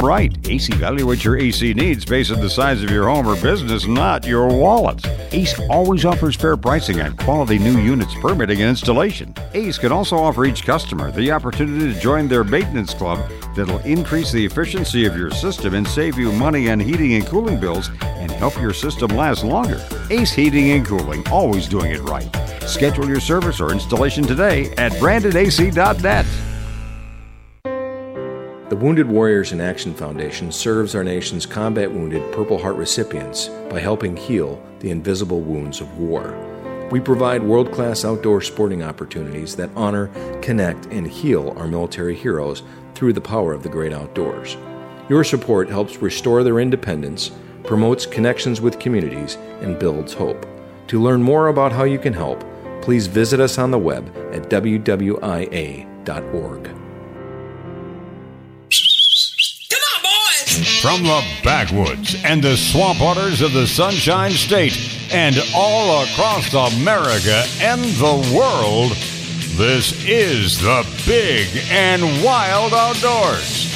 Right. Ace evaluates your AC needs based on the size of your home or business, not your wallet. Ace always offers fair pricing on quality new units, permitting, and installation. Ace can also offer each customer the opportunity to join their maintenance club that'll increase the efficiency of your system and save you money on heating and cooling bills and help your system last longer. Ace Heating and Cooling, always doing it right. Schedule your service or installation today at brandonac.net. The Wounded Warriors in Action Foundation serves our nation's combat wounded Purple Heart recipients by helping heal the invisible wounds of war. We provide world class outdoor sporting opportunities that honor, connect, and heal our military heroes through the power of the great outdoors. Your support helps restore their independence, promotes connections with communities, and builds hope. To learn more about how you can help, please visit us on the web at wwia.org. From the backwoods and the swamp waters of the Sunshine State and all across America and the world, this is the big and wild outdoors.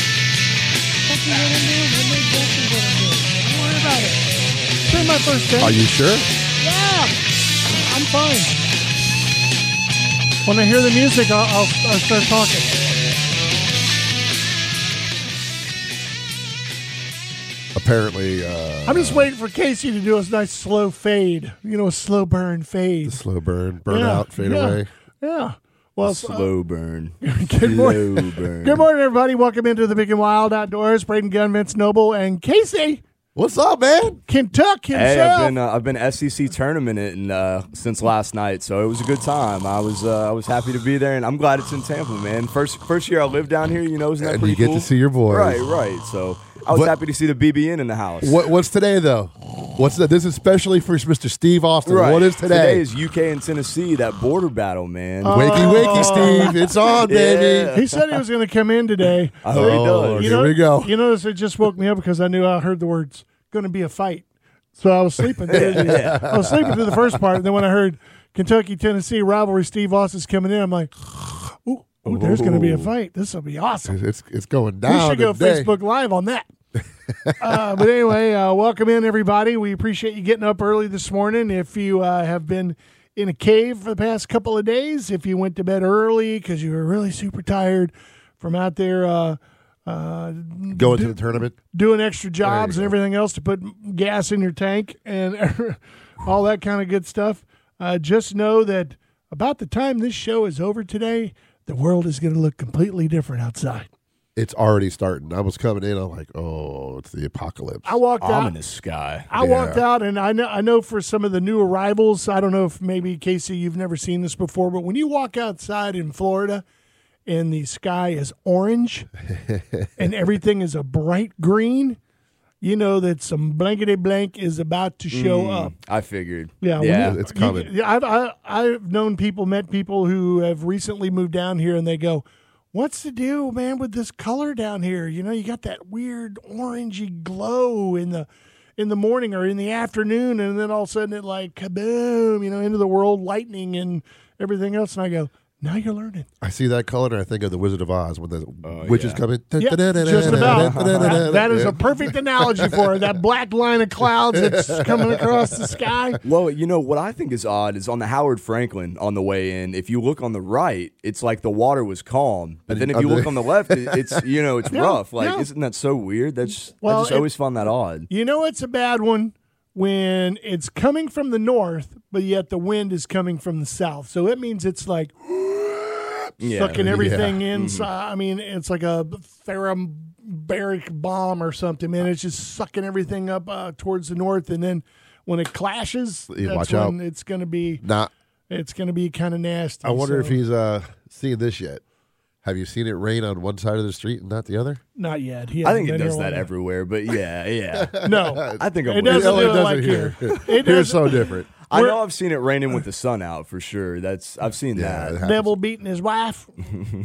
fucking gonna do is I'm like, "That's what I'm gonna do. Don't worry about it. It's been my first day. Are you sure? yeah, I'm fine. When I hear the music, I'll, I'll, I'll start talking. Apparently, uh, I'm just waiting for Casey to do a nice slow fade. You know, a slow burn fade. slow burn, burnout, Yeah, fade yeah, away. Yeah. Well, Slow burn. Good morning. Slow burn. Good morning, everybody. Welcome into the Big and Wild Outdoors. Braden Gunn, Vince Noble, and Casey What's up, man? Kentuck Hey, himself. I've been uh, I've been SEC tournament in, uh, since last night, so it was a good time. I was uh, I was happy to be there, and I'm glad it's in Tampa, man. First first year I lived down here, you know, isn't that And pretty you get to cool? see your boys. Right, right. So I was What- happy to see the BBN in the house. What, what's today though? What's that? This is especially for Mr. Steve Austin. Right. What is Today today? is UK and Tennessee that border battle, man. Oh. wakey, wakey, Steve. It's on, baby. Yeah. Oh. he said he was going to come in today. I Oh, hope he does. Lord, here we go. You notice it just woke me up because I knew I heard the words "going to be a fight," so I was sleeping. through the- I was sleeping through the first part, and then when I heard Kentucky Tennessee rivalry, Steve Austin's coming in, I'm like, "Ooh, ooh there's going to Oh. be a fight. This will be awesome." It's it's going We down. should go today. Facebook Live on that. uh, but anyway, uh, welcome in everybody. We appreciate you getting up early this morning. If you uh, have been in a cave for the past couple of days, if you went to bed early because you were really super tired from out there uh, uh, Going to the tournament. doing extra jobs and everything else to put gas in your tank and all that kind of good stuff, uh, just know that about the time this show is over today, the world is going to look completely different outside. It's already starting. I was coming in. I'm like, oh, it's the apocalypse. I walked out. Ominous sky. I walked out, and I know I know for some of the new arrivals. I don't know if maybe Casey, you've never seen this before, but when you walk outside in Florida, and the sky is orange, and everything is a bright green, you know that some blankety blank is about to Hmm. show up. Mm, I figured. Yeah, when yeah. you- It's coming. You, I've I, I've known people, met people who have recently moved down here, and they go. What's to do, man, with this color down here? You know, you got that weird orangey glow in the in the morning or in the afternoon, and then all of a sudden it like kaboom, you know, into the world, lightning and everything else. And I go, now you're learning. I see that color and I think of the Wizard of Oz when the Oh, witches come in. Yeah, just about. That- that is a perfect analogy for it. That black line of clouds that's coming across the sky. Well, you know what I think is odd is on the Howard Franklin on the way in. If you look on the right, it's like the water was calm, but then if you look on the left, it, it's you know it's rough. Like, yeah. isn't that so weird? That's Well, I just it- always found that odd. You know it's a bad one when it's coming from the north, but yet the wind is coming from the south. So it means it's like Yeah, sucking everything Mm-hmm. inside. I mean, it's like a pheromeric bomb or something, man. It's just sucking everything up uh, towards the north, and then when it clashes, Yeah, that's watch when out. it's gonna be Nah, it's gonna be kind of nasty. I wonder So- if he's uh, seen this yet. Have you seen it rain on one side of the street and not the other? not yet. He I think hasn't it been does here that long everywhere, but yeah, enough. yeah. No, I think I'm it with you. doesn't Oh, do it it doesn't like here. here. It Here's does so different. I know I've seen it raining with the sun out for sure. That's I've seen Yeah, it that. happens. devil beating his wife.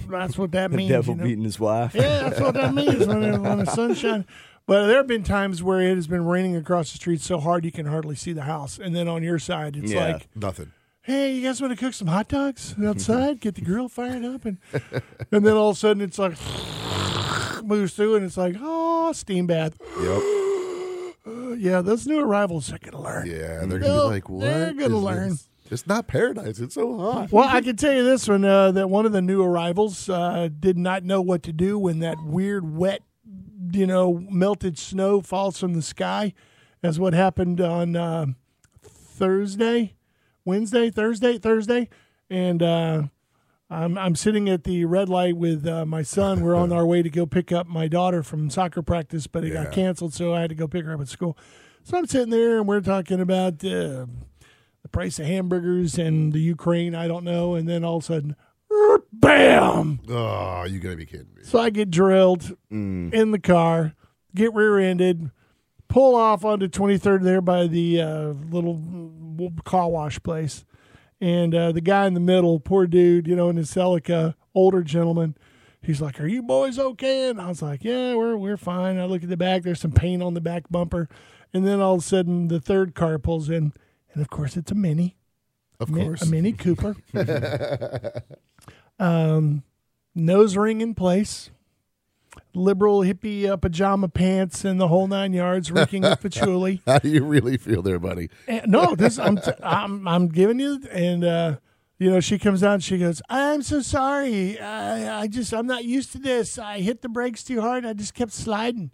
That's what that means. Devil you know? beating his wife. Yeah, that's what that means when, there- when the sunshine. But there have been times where it has been raining across the street so hard you can hardly see the house, and then on your side it's Yeah. like, Nothing. hey, you guys want to cook some hot dogs outside? Get the grill fired up, and and then all of a sudden it's like moves through, and it's like oh, steam bath. Yep. Uh, yeah, those new arrivals are gonna learn. Yeah, they're gonna They'll- be like, what? they're gonna is learn. this? It's not paradise. It's so hot. Well, I can tell you this one uh, that one of the new arrivals uh, did not know what to do when that weird, wet, you know, melted snow falls from the sky, as what happened on uh, Thursday, Wednesday, Thursday, Thursday, and uh, I'm I'm sitting at the red light with uh, my son. We're on our way to go pick up my daughter from soccer practice, but it got canceled, so I had to go pick her up at school. So I'm sitting there, and we're talking about. Uh, the price of hamburgers and the Ukraine, I don't know. And then all of a sudden, er, bam! Oh, you gotta be kidding me. So I get drilled Mm. in the car, get rear ended, pull off onto 23rd there by the uh, little mm, car wash place. And uh, the guy in the middle, poor dude, you know, in his Celica, older gentleman, he's like, Are you boys okay? And I was like, Yeah, we're, we're fine. I look at the back, there's some paint on the back bumper. And then all of a sudden, the third car pulls in. And of course, it's a Mini. Of Mi- course. A Mini Cooper. um, nose ring in place. Liberal hippie uh, pajama pants and the whole nine yards, reeking of patchouli. How do you really feel there, buddy? And- no, this I'm, t- I'm I'm giving you, and uh, you know she comes out. and She goes, "I'm so sorry. I, I just I'm not used to this. I hit the brakes too hard. I just kept sliding."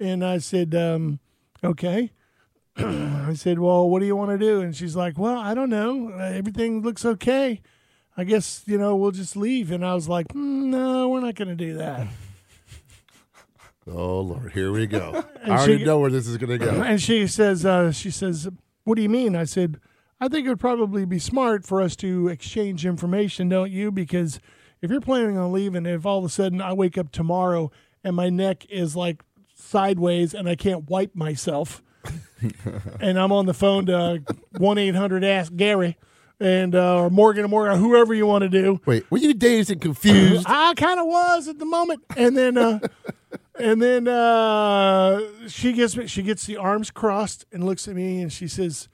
And I said, um, "Okay." I said, "Well, what do you want to do?" And she's like, "Well, I don't know. Uh, Everything looks okay. I guess you know we'll just leave." And I was like, mm, "No, we're not going to do that." Oh Lord, here we go. I already she- know where this is gonna go. And she says, uh, she says, what do you mean? I said, I think it would probably be smart for us to exchange information, don't you? Because if you're planning on leaving, if all of a sudden I wake up tomorrow and my neck is like sideways and I can't wipe myself, and I'm on the phone to one eight hundred ask Gary and uh, or Morgan and Morgan, whoever you want to do. Wait, were you dazed and confused? I kind of was at the moment, and then uh, and then uh, she gets me, she gets the arms crossed and looks at me and she says,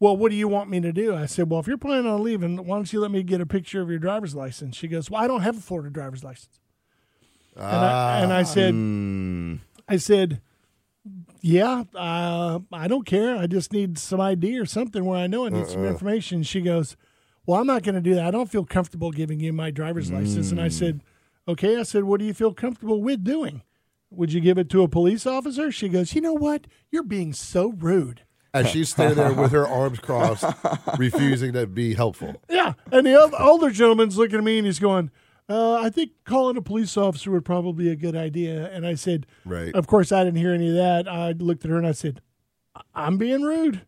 "Well, what do you want me to do?" I said, "Well, if you're planning on leaving, why don't you let me get a picture of your driver's license?" She goes, "Well, I don't have a Florida driver's license," and, I, and I said, "I said." Yeah, uh, I don't care. I just need some ID or something where I know I need some Uh-uh. information. She goes, well, I'm not going to do that. I don't feel comfortable giving you my driver's license. Mm. And I said, okay. I said, what do you feel comfortable with doing? Would you give it to a police officer? She goes, you know what? You're being so rude. As she's standing there with her arms crossed, refusing to be helpful. Yeah. And the oth- older gentleman's looking at me and he's going, uh, I think calling a police officer would probably be a good idea. And I said, Right. Of course, I didn't hear any of that. I looked at her and I said, "I- I'm being rude.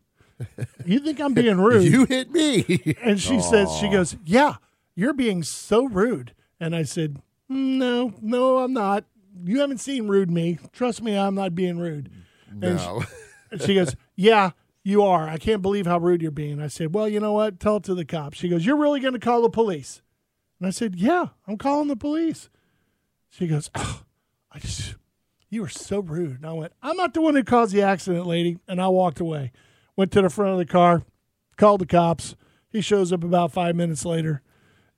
You think I'm being rude? You hit me. And she says, she goes, yeah, you're being so rude. And I said, no, no, I'm not. You haven't seen rude me. Trust me, I'm not being rude. And, she, No. and she goes, yeah, you are. I can't believe how rude you're being. I said, well, you know what? Tell it to the cops. She goes, you're really going to call the police? And I said, yeah, I'm calling the police. She goes, oh, I just, you were so rude. And I went, I'm not the one who caused the accident, lady. And I walked away. Went to the front of the car, called the cops. He shows up about five minutes later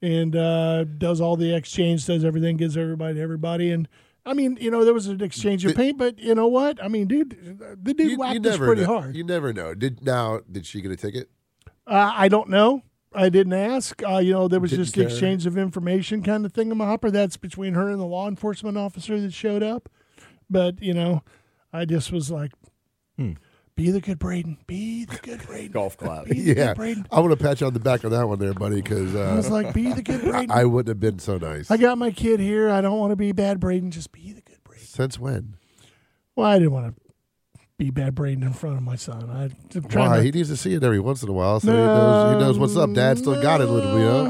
and uh, does all the exchange, does everything, gives everybody to everybody. And I mean, you know, there was an exchange of paint, but you know what? I mean, dude, the dude whacked us pretty know. hard. You never know. Did now? Did she get a ticket? Uh, I don't know. I didn't ask. Uh, you know, there was Didn't just the care. exchange of information kind of thing in my hopper. That's between her and the law enforcement officer that showed up. But, you know, I just was like, Hmm. be the good Braden. Be the good Braden. Golf clap. Be the Yeah, good Braden. I want to pat you on the back on that one, there, buddy, because I was uh, like, be the good Braden. I wouldn't have been so nice. I got my kid here. I don't want to be bad Braden. Just be the good Braden. Since when? Well, I didn't want to be bad Braden in front of my son. I I'm trying Why not- he needs to see it every once in a while, so he knows he knows what's up. Dad still got it, little Uh, bit. uh,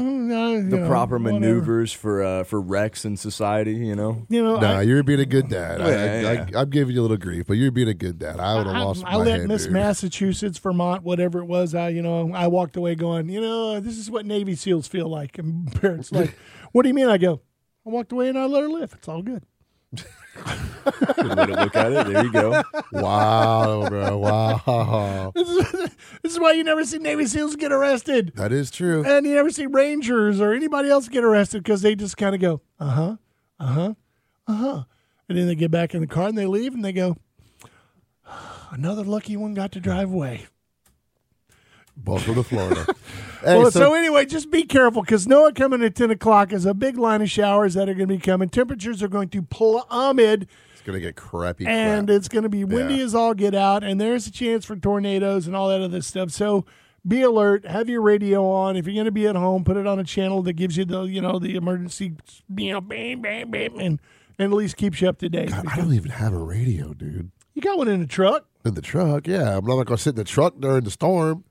you The know, proper whatever. maneuvers for uh, for Rex and society, you know. You know, I- Nah, you're being a good dad. Yeah, I, yeah. I, I, am giving you a little grief, but you're being a good dad. I would have I- lost I my let head, Miss dude. Massachusetts, Vermont, whatever it was. I, you know, I walked away going, you know, this is what Navy SEALs feel like. And parents like, what do you mean? I go, I walked away and I let her live. It's all good. Good way to look at it. There you go. Wow, bro. Wow. This is, this is why you never see Navy SEALs get arrested, That is true. and you never see Rangers or anybody else get arrested because they just kind of go, uh huh, uh huh, uh huh, and then they get back in the car and they leave and they go, another lucky one got to drive away. Welcome to Florida. well, Hey, so, anyway, just be careful because Noah coming at 10 o'clock is a big line of showers that are going to be coming. Temperatures are going to plummet it's going to get crappy. crap. and it's going to be windy Yeah. as all get out, and there's a chance for tornadoes and all that other stuff. So be alert. Have your radio on. If you're going to be at home, put it on a channel that gives you the you know the emergency you know bam bam bam and, and at least keeps you up to date. God, I don't even have a radio, dude. You got one in the truck. In the truck, yeah. I'm not going to sit in the truck during the storm.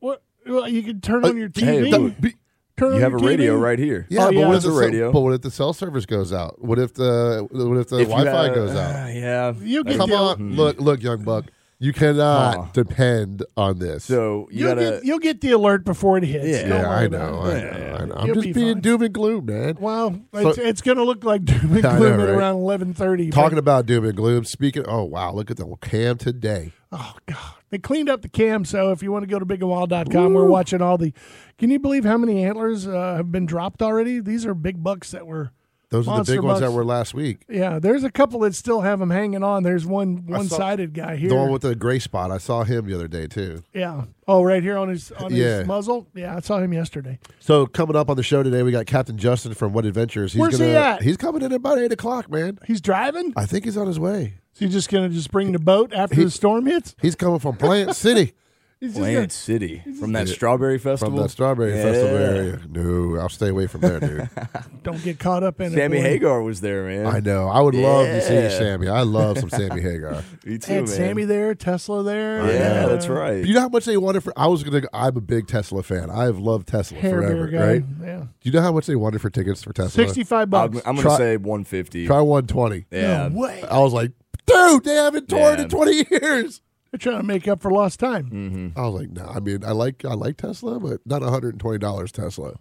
What? Well, you can turn on your Uh, hey, TV. look, Be- turn You on have a your radio TV. right here. yeah, Oh, but yeah. what It's if a the radio. Cell, but what if the cell service goes out? What if the what if the If you Wi-Fi got- goes out? Uh, yeah. You get Come the- on, look, look, young buck, you cannot Aw. depend on this. So you You'll, gotta. get, you'll get the alert before it hits. Yeah. Don't worry yeah, I about it. know, I know, I know. I'm You'll just be being fine. doom and gloom, man. Well, it's, it's going to look like doom and Yeah, I gloom know, at right? around eleven thirty. Talking about doom and gloom, speaking. Oh wow, look at the cam today. oh god, they cleaned up the cam. So if you want to go to bigandwild.com, we're watching all the. Can you believe how many antlers uh, have been dropped already? These are big bucks that were. Those are the Monster big ones that bucks. were last week. Yeah, there's a couple that still have them hanging on. There's one I one saw- sided guy here. The one with the gray spot. I saw him the other day too. yeah. Oh, right here on his on Yeah. his muzzle. Yeah, I saw him yesterday. So coming up on the show today, we got Captain Justin from What Adventures. He's Where's gonna, he at? He's coming in about eight o'clock, man. He's driving. I think he's on his way. So you're just gonna just bring the boat after the storm hits. He's coming from Plant City He's just gonna, Plant City from that strawberry festival. from the Strawberry Yeah. Festival area. No, I'll stay away from there, dude. don't get caught up in Sammy it. boy. Hagar was there, man. I know. I would love to Yeah. see Sammy. I love some Sammy Hagar. Me too, Had man. Sammy there, Tesla there. yeah, uh, that's right. You know how much they wanted for? I was gonna. I'm a big Tesla fan. I have loved Tesla Hair beer forever, guy. right? Yeah. Do you know how much they wanted for tickets for Tesla? Sixty-five I'm, bucks. I'm gonna Try- say 150. Try 120. yeah. No way. I was like, dude, they haven't toured Yeah. in 20 years. They're trying to make up for lost time. Mm-hmm. I was like, no. I mean, I like I like Tesla, but not 120 dollars Tesla.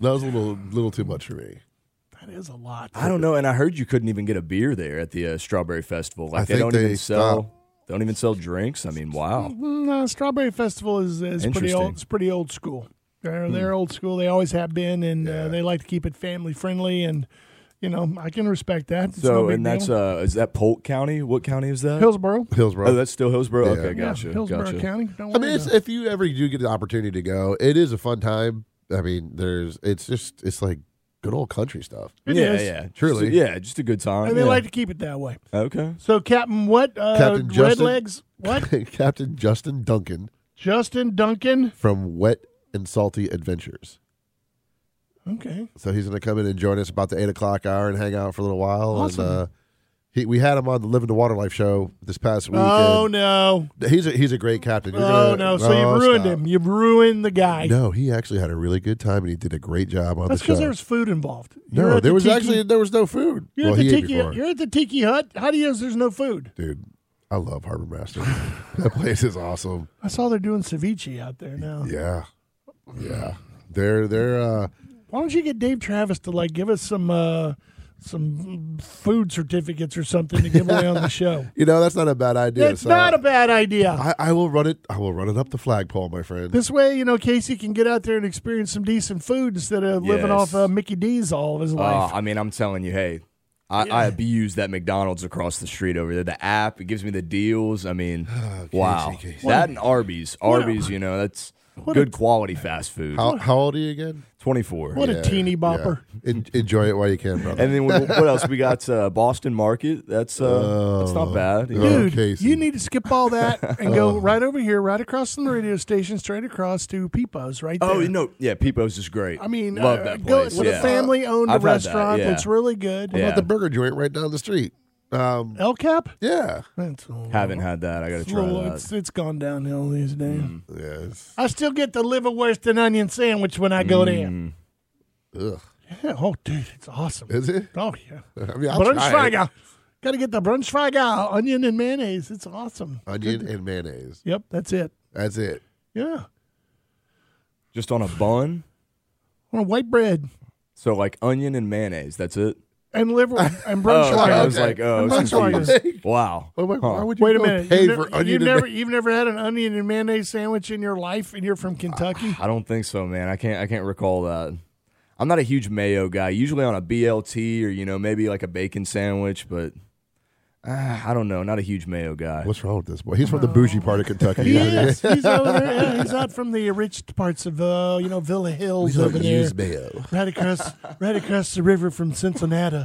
That was a little little too much for me. That is a lot. I don't know. And I heard you couldn't even get a beer there at the uh, strawberry festival. Like I they think don't they even sell. stopped. They don't even sell drinks. I mean, wow. Mm, uh, Strawberry Festival is, is pretty Interesting. Hmm. old. It's pretty old school. They're, they're old school. They always have been, and uh, they like to keep it family friendly. And you know, I can respect that. It's no So big and that's deal. uh, is that Polk County? What county is that? Hillsborough. Hillsborough. Oh, that's still Hillsborough. Yeah. Okay, Yeah, gotcha. Hillsborough gotcha. County. Don't I worry mean, it's, about it. if you ever do get the opportunity to go, it is a fun time. I mean, there's it's just it's like good old country stuff. It yeah, is. yeah, Truly. Just a- yeah, just a good time. And they yeah. like to keep it that way. okay. So Captain what? Uh, Captain Justin- Redlegs. What? Captain Justin Duncan Justin Duncan. from Wet and Salty Adventures. Okay. So he's going to come in and join us about the eight o'clock hour and hang out for a little while. Awesome. And, uh, he, we had him on the Living the Waterlife show this past weekend. Oh no. He's a, he's a great captain. You're Oh gonna- no. So you've oh, ruined stop. him. You've ruined the guy. No, he actually had a really good time and he did a great job on That's the show. because there was food involved. You're no, at there the was tiki- actually there was no food. You're well, at the he ate tiki. before. You're at the tiki hut. How do you know there's no food? dude. I love Harbor Master. that place is awesome. I saw they're doing ceviche out there now. Yeah, yeah. They're they're uh, Why don't you get Dave Travis to like give us some uh some food certificates or something to give away on the show? you know that's not a bad uh, idea. it's so not a bad idea. I, I will run it. I will run it up the flagpole, my friend. this way, you know, Casey can get out there and experience some decent food instead of living off Yes. uh, Mickey D's all of his Uh, life. I mean, I'm telling you, hey, I, I abuse that McDonald's across the street over there. The app, it gives me the deals. I mean, wow, Casey. that and Arby's, Arby's, you know, that's good quality fast food. how, how old are you again? 24. what Yeah, a teeny yeah. bopper. En- enjoy it while you can, brother. And then what, what else? We got uh, Boston Market. That's uh, that's not bad. you know. Oh, Dude, Casey. you need to skip all that and go right over here, right across from the radio station, straight across to Peepo's, right there. Oh no, yeah, Peepo's is great. I mean, love uh, that go place. with yeah. a family-owned I've had that, restaurant yeah. that's really good. What Yeah. about the burger joint right down the street? Um, El Cap? yeah, That's Haven't had that. I got to It's, try little- that. it's- it's gone downhill these days. Mm. yes. I still get the liverwurst and onion sandwich when I go Mm. Ugh. there. Yeah, oh, dude, it's awesome. Is it? oh, yeah. I mean, I'll try it. Brunschweiger. Got to get the Brunschweiger onion and mayonnaise. It's awesome. onion and mayonnaise. Yep, that's it. That's it. Yeah. Just on a bun. On a white bread. So like onion and mayonnaise. That's it. and live and Oh, okay. I Brunschweiger. was like, oh, And this Brunschweiger. is wow. Oh, wait, Why would you Wait a go minute. pay You've, for never, onion you've and never you've never had an onion and mayonnaise sandwich in your life, and you're from Kentucky. I don't think so, man. I can't. I can't recall that. I'm not a huge mayo guy. Usually on a BLT or you know maybe like a bacon sandwich, but uh, I don't know. Not a huge mayo guy. What's wrong with this boy? He's from the bougie part of Kentucky. Oh. He is. He's over there. Yeah, he's out from the rich parts of uh, you know Villa Hills over there, mayo. right across right across the river from Cincinnati.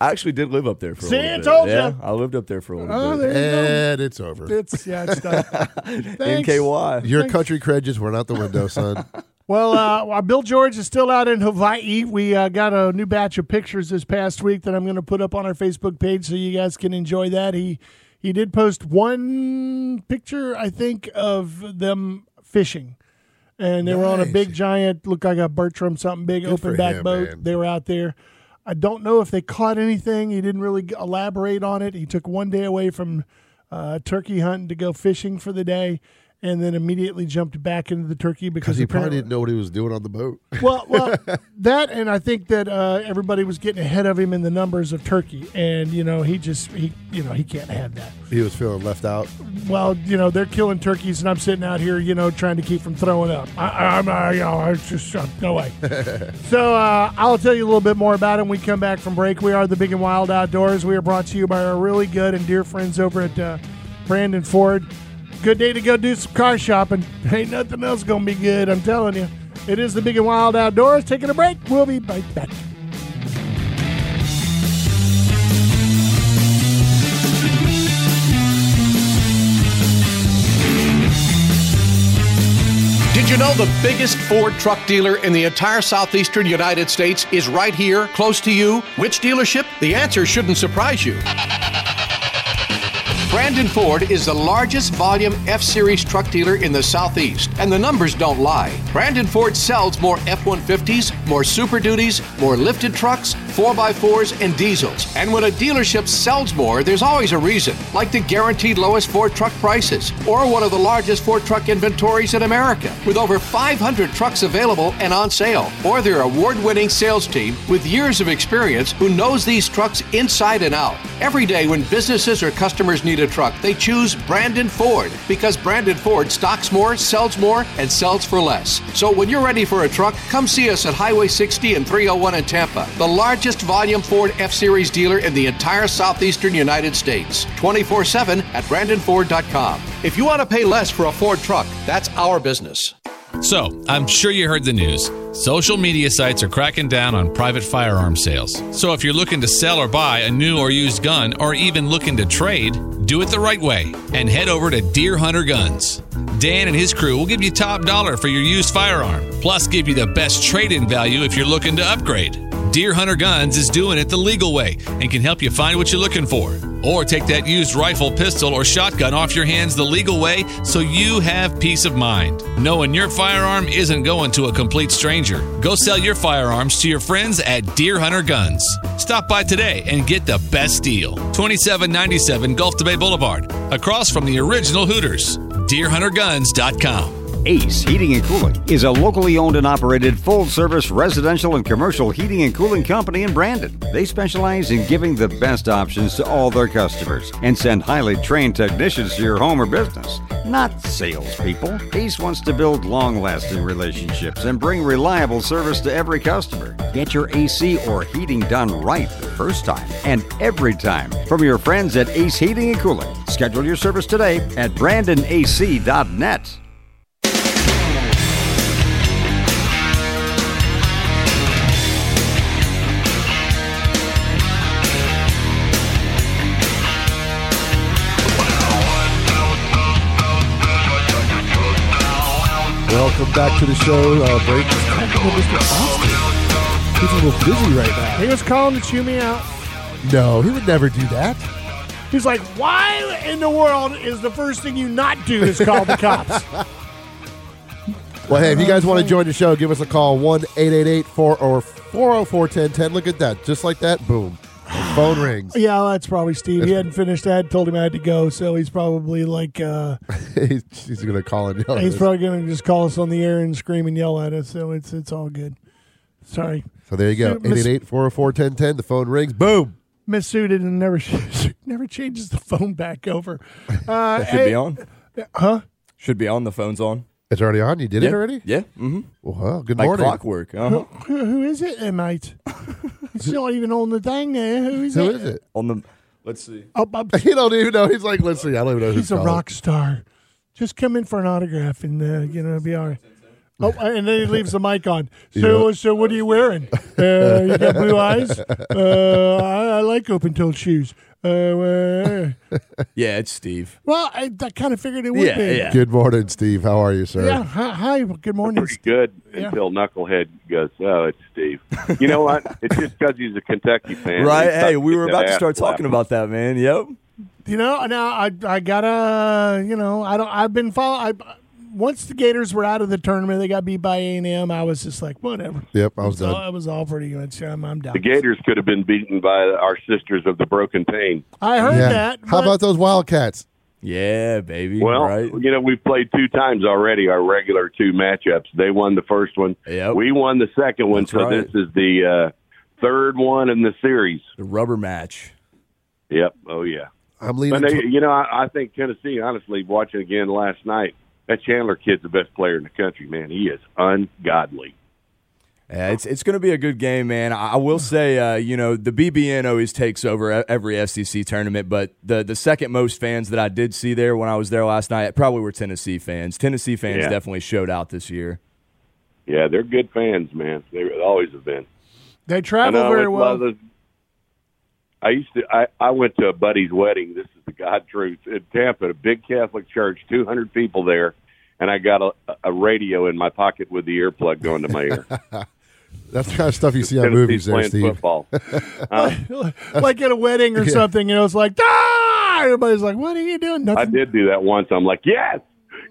I actually did live up there for a See, little I bit. told yeah, ya. I lived up there for a little Oh, there bit. you And it's over. go. It's yeah, it's done. Thanks. NKY. Your country cred just went out the window, son. Well, uh, while Bill George is still out in Hawaii. We uh, got a new batch of pictures this past week that I'm going to put up on our Facebook page so you guys can enjoy that. He he did post one picture, I think, of them fishing, and they were on a big giant, looked like a Bertram something big, open for back him, boat. man. They were out there. I don't know if they caught anything. He didn't really g- elaborate on it. He took one day away from uh, turkey hunting to go fishing for the day. And then immediately jumped back into the turkey because Because he probably apparently- didn't know what he was doing on the boat. well, well, that and I think that uh, everybody was getting ahead of him in the numbers of turkey, and you know he just he you know he can't have that. He was feeling left out. Well, you know they're killing turkeys, and I'm sitting out here, you know, trying to keep from throwing up. I, I'm uh, you know it's just uh, no way. so uh, I'll tell you a little bit more about it when we come back from break. We are the Big and Wild Outdoors. We are brought to you by our really good and dear friends over at uh, Brandon Ford. Good day to go do some car shopping. Ain't nothing else gonna be good. I'm telling you. It is the Big and Wild Outdoors. Taking a break. We'll be right back. Did you know the biggest Ford truck dealer in the entire southeastern United States is right here, close to you? Which dealership? The answer shouldn't surprise you. Brandon Ford is the largest volume F Series truck dealer in the Southeast, and the numbers don't lie. Brandon Ford sells more F 150s, more Super Duties, more lifted trucks, 4x4s, and diesels. And when a dealership sells more, there's always a reason, like the guaranteed lowest Ford truck prices, or one of the largest Ford truck inventories in America, with over 500 trucks available and on sale, or their award winning sales team with years of experience who knows these trucks inside and out. Every day when businesses or customers need a truck, they choose Brandon Ford because Brandon Ford stocks more, sells more, and sells for less. So when you're ready for a truck, come see us at Highway 60 and 301 in Tampa, the largest volume Ford F Series dealer in the entire southeastern United States. 24 7 at BrandonFord.com. If you want to pay less for a Ford truck, that's our business. So, I'm sure you heard the news. Social media sites are cracking down on private firearm sales. So, if you're looking to sell or buy a new or used gun, or even looking to trade, do it the right way and head over to Deer Hunter Guns. Dan and his crew will give you top dollar for your used firearm, plus, give you the best trade in value if you're looking to upgrade. Deer Hunter Guns is doing it the legal way and can help you find what you're looking for. Or take that used rifle, pistol, or shotgun off your hands the legal way so you have peace of mind. Knowing your firearm isn't going to a complete stranger. Go sell your firearms to your friends at Deer Hunter Guns. Stop by today and get the best deal. 2797 Gulf to Bay Boulevard, across from the original Hooters. DeerHunterGuns.com. Ace Heating and Cooling is a locally owned and operated full service residential and commercial heating and cooling company in Brandon. They specialize in giving the best options to all their customers and send highly trained technicians to your home or business, not salespeople. Ace wants to build long lasting relationships and bring reliable service to every customer. Get your AC or heating done right the first time and every time from your friends at Ace Heating and Cooling. Schedule your service today at brandonac.net. Welcome back to the show. Uh, break is technical, Mr. Austin. He's a little busy right He was calling to chew me out. now. No, he would never do that. He's like, why in the world is the first thing you not do is call the cops? Well, hey, if you guys want to join the show, give us a call 1 888 404 1010. Look at that. Just like that. Boom. And phone rings. Yeah, well, that's probably Steve. He hadn't finished that. Told him I had to go, so he's probably like, uh, he's he's going to call and yell at he's us. probably going to just call us on the air and scream and yell at us. So it's it's all good. Sorry. So there you go. Dude, Miss- 888 404 1010. The phone rings. Boom. Miss Sue didn't never never changes the phone back over. Uh, That should hey, uh, be on. Huh? Should be on. The phone's on. It's already on. You did Yeah. it already? Yeah. Mm-hmm. Well, good Like morning. clockwork. Uh-huh. Who, who is it, then, mate? It's not even on the thing there. Who is Who it? is it? on the. Let's see. Oh, Bob, He don't even know. He's like, let's see. I don't even know who's he's a calling. rock star. Just come in for an autograph, and uh, you know it'll be all right. Oh, and then he leaves the mic on. So, so what are you wearing? Uh, you got blue eyes. Uh, I, I like open-toed shoes. Uh, uh, Yeah, it's Steve. well, I, I kind of figured it would Yeah, be. yeah. Good morning, Steve. How are you, sir? Yeah, Hi. hi, well, good morning. pretty good Yeah. until Knucklehead goes, "Oh, it's Steve." You know what? it's just because he's a Kentucky fan. Right. He's Hey, tough we get were that about to ass start talking slapped. about that, man. Yep. You know, now I I gotta you know I don't I've been follow I once the Gators were out of the tournament they got beat by A and M I was just like whatever. Yep, I was It was done. all, it was all pretty much. I'm, I'm done. The Gators could have been beaten by our sisters of the Broken Pain. I heard Yeah. that. How but- about those Wildcats? Yeah, baby. Well, right. you know, we've played two times already. Our regular two matchups. They won the first one. Yep. We won the second one. That's so this right. is the uh, third one in the series. The rubber match. Yep. Oh yeah. I'm But leaning. they, to- you know, I, I think Tennessee. Honestly, watching again last night, that Chandler kid's the best player in the country. Man, he is ungodly. Yeah, it's it's going to be a good game, man. I I will say, uh, you know, the BBN always takes over e- every SEC tournament, but the the second most fans that I did see there when I was there last night probably were Tennessee fans. Tennessee fans Yeah. definitely showed out this year. Yeah, they're good fans, man. They always have been. they travel I know, very it well? was- I used to. I, I went to a buddy's wedding. This is the God truth in Tampa, a big Catholic church, two hundred people there, and I got a, a radio in my pocket with the earplug going to my ear. that's the kind of stuff you see on Tennessee's movies there, playing Steve. football. Uh, like at a wedding or something, you know, it's like ah! everybody's like, "What are you doing?" I Nothing. did do that once. I'm like, yes,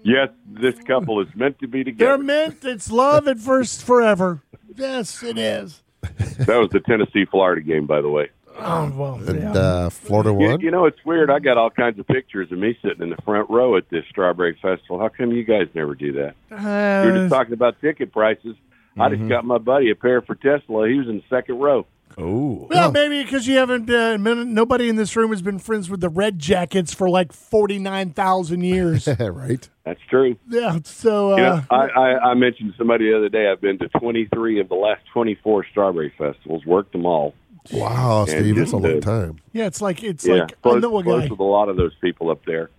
yes, this couple is meant to be They're together. meant. It's love at first forever. Yes, it is. that was the Tennessee Florida game, by the way. Oh well, yeah. And uh, Florida You, won. you know, it's weird. I got all kinds of pictures of me sitting in the front row at this Strawberry Festival. How come you guys never do that? We were Uh, just talking about ticket prices. I Mm-hmm. just got my buddy a pair for Tesla. He was in the second row. Oh, Well, maybe because you haven't. Uh, men- nobody in this room has been friends with the Red Jackets for like forty nine thousand years. right? That's true. yeah. So uh, You know, I, I, I mentioned to somebody the other day. I've been to 23 of the last 24 strawberry festivals. Worked them all. Wow, Oh, Steve, it's a just, uh, long time. yeah, it's like it's yeah, like I close, know a close guy. with a lot of those people up there.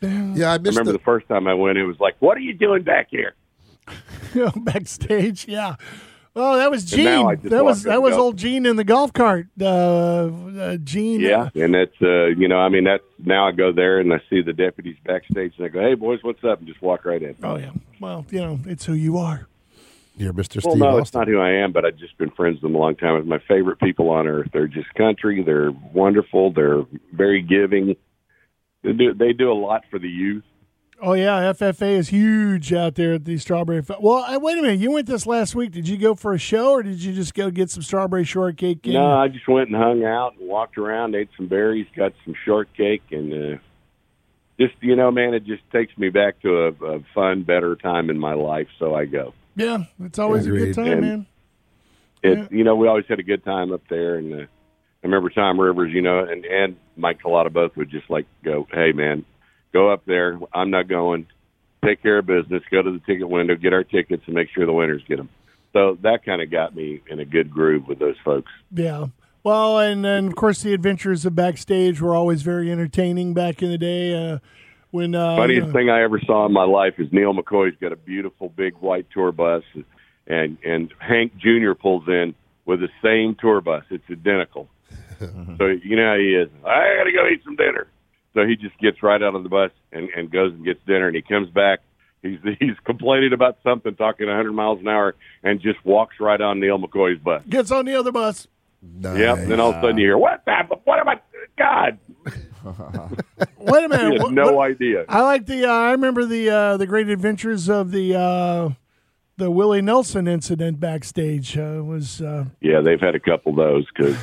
Yeah, I I missed remember the the, first time I went, it was like, "What are you doing back here?" you know, backstage. Yeah. Oh, that was And now I Gene. just That was walk up that and was go. old Gene in the golf cart. Uh, uh, Gene. Yeah, and that's uh, you know, I mean, that's now I go there and I see the deputies backstage, and I go, "Hey, boys, what's up?" and just walk right in. Oh yeah. Well, you know, it's who you are. you're Mr. Well, Steve no, it's Austin. not who I am, but I've just been friends with them a long time. It's my favorite people on earth. They're just country. They're wonderful. They're very giving. They do, they do a lot for the youth. Oh yeah, FFA is huge out there at the strawberry. Fe- well, I, wait a minute. You went this last week. Did you go for a show or did you just go get some strawberry shortcake? and- No, I just went and hung out and walked around, ate some berries, got some shortcake, and uh, just you know, man, it just takes me back to a, a fun, better time in my life. So I go. Yeah, it's always a good Agreed. time, And- man. it Yeah. you know we always had a good time up there and uh, I remember Tom Rivers you know and and Mike Collada both would just like go hey man go up there I'm not going take care of business go to the ticket window get our tickets and make sure the winners get them so that kind of got me in a good groove with those folks Yeah. Well, and then of course the adventures of backstage were always very entertaining back in the day. Uh, when uh, you funniest know- thing I ever saw in my life is Neil McCoy's got a beautiful big white tour bus and and Hank Jr. pulls in with the same tour bus it's identical so you know how he is. I gotta go eat some dinner. So he just gets right out of the bus and, and goes and gets dinner, and he comes back. He's he's complaining about something, talking 100 miles an hour, and just walks right on Neil McCoy's bus. gets on the other bus. Nice. Yep. And then all of a sudden you hear, "What the? What am I? God!" Wait a He minute. has what- no what- idea. I like the. Uh, I remember the uh, the great adventures of the uh, the Willie Nelson incident backstage. Uh, was uh, Yeah, they've had a couple of those because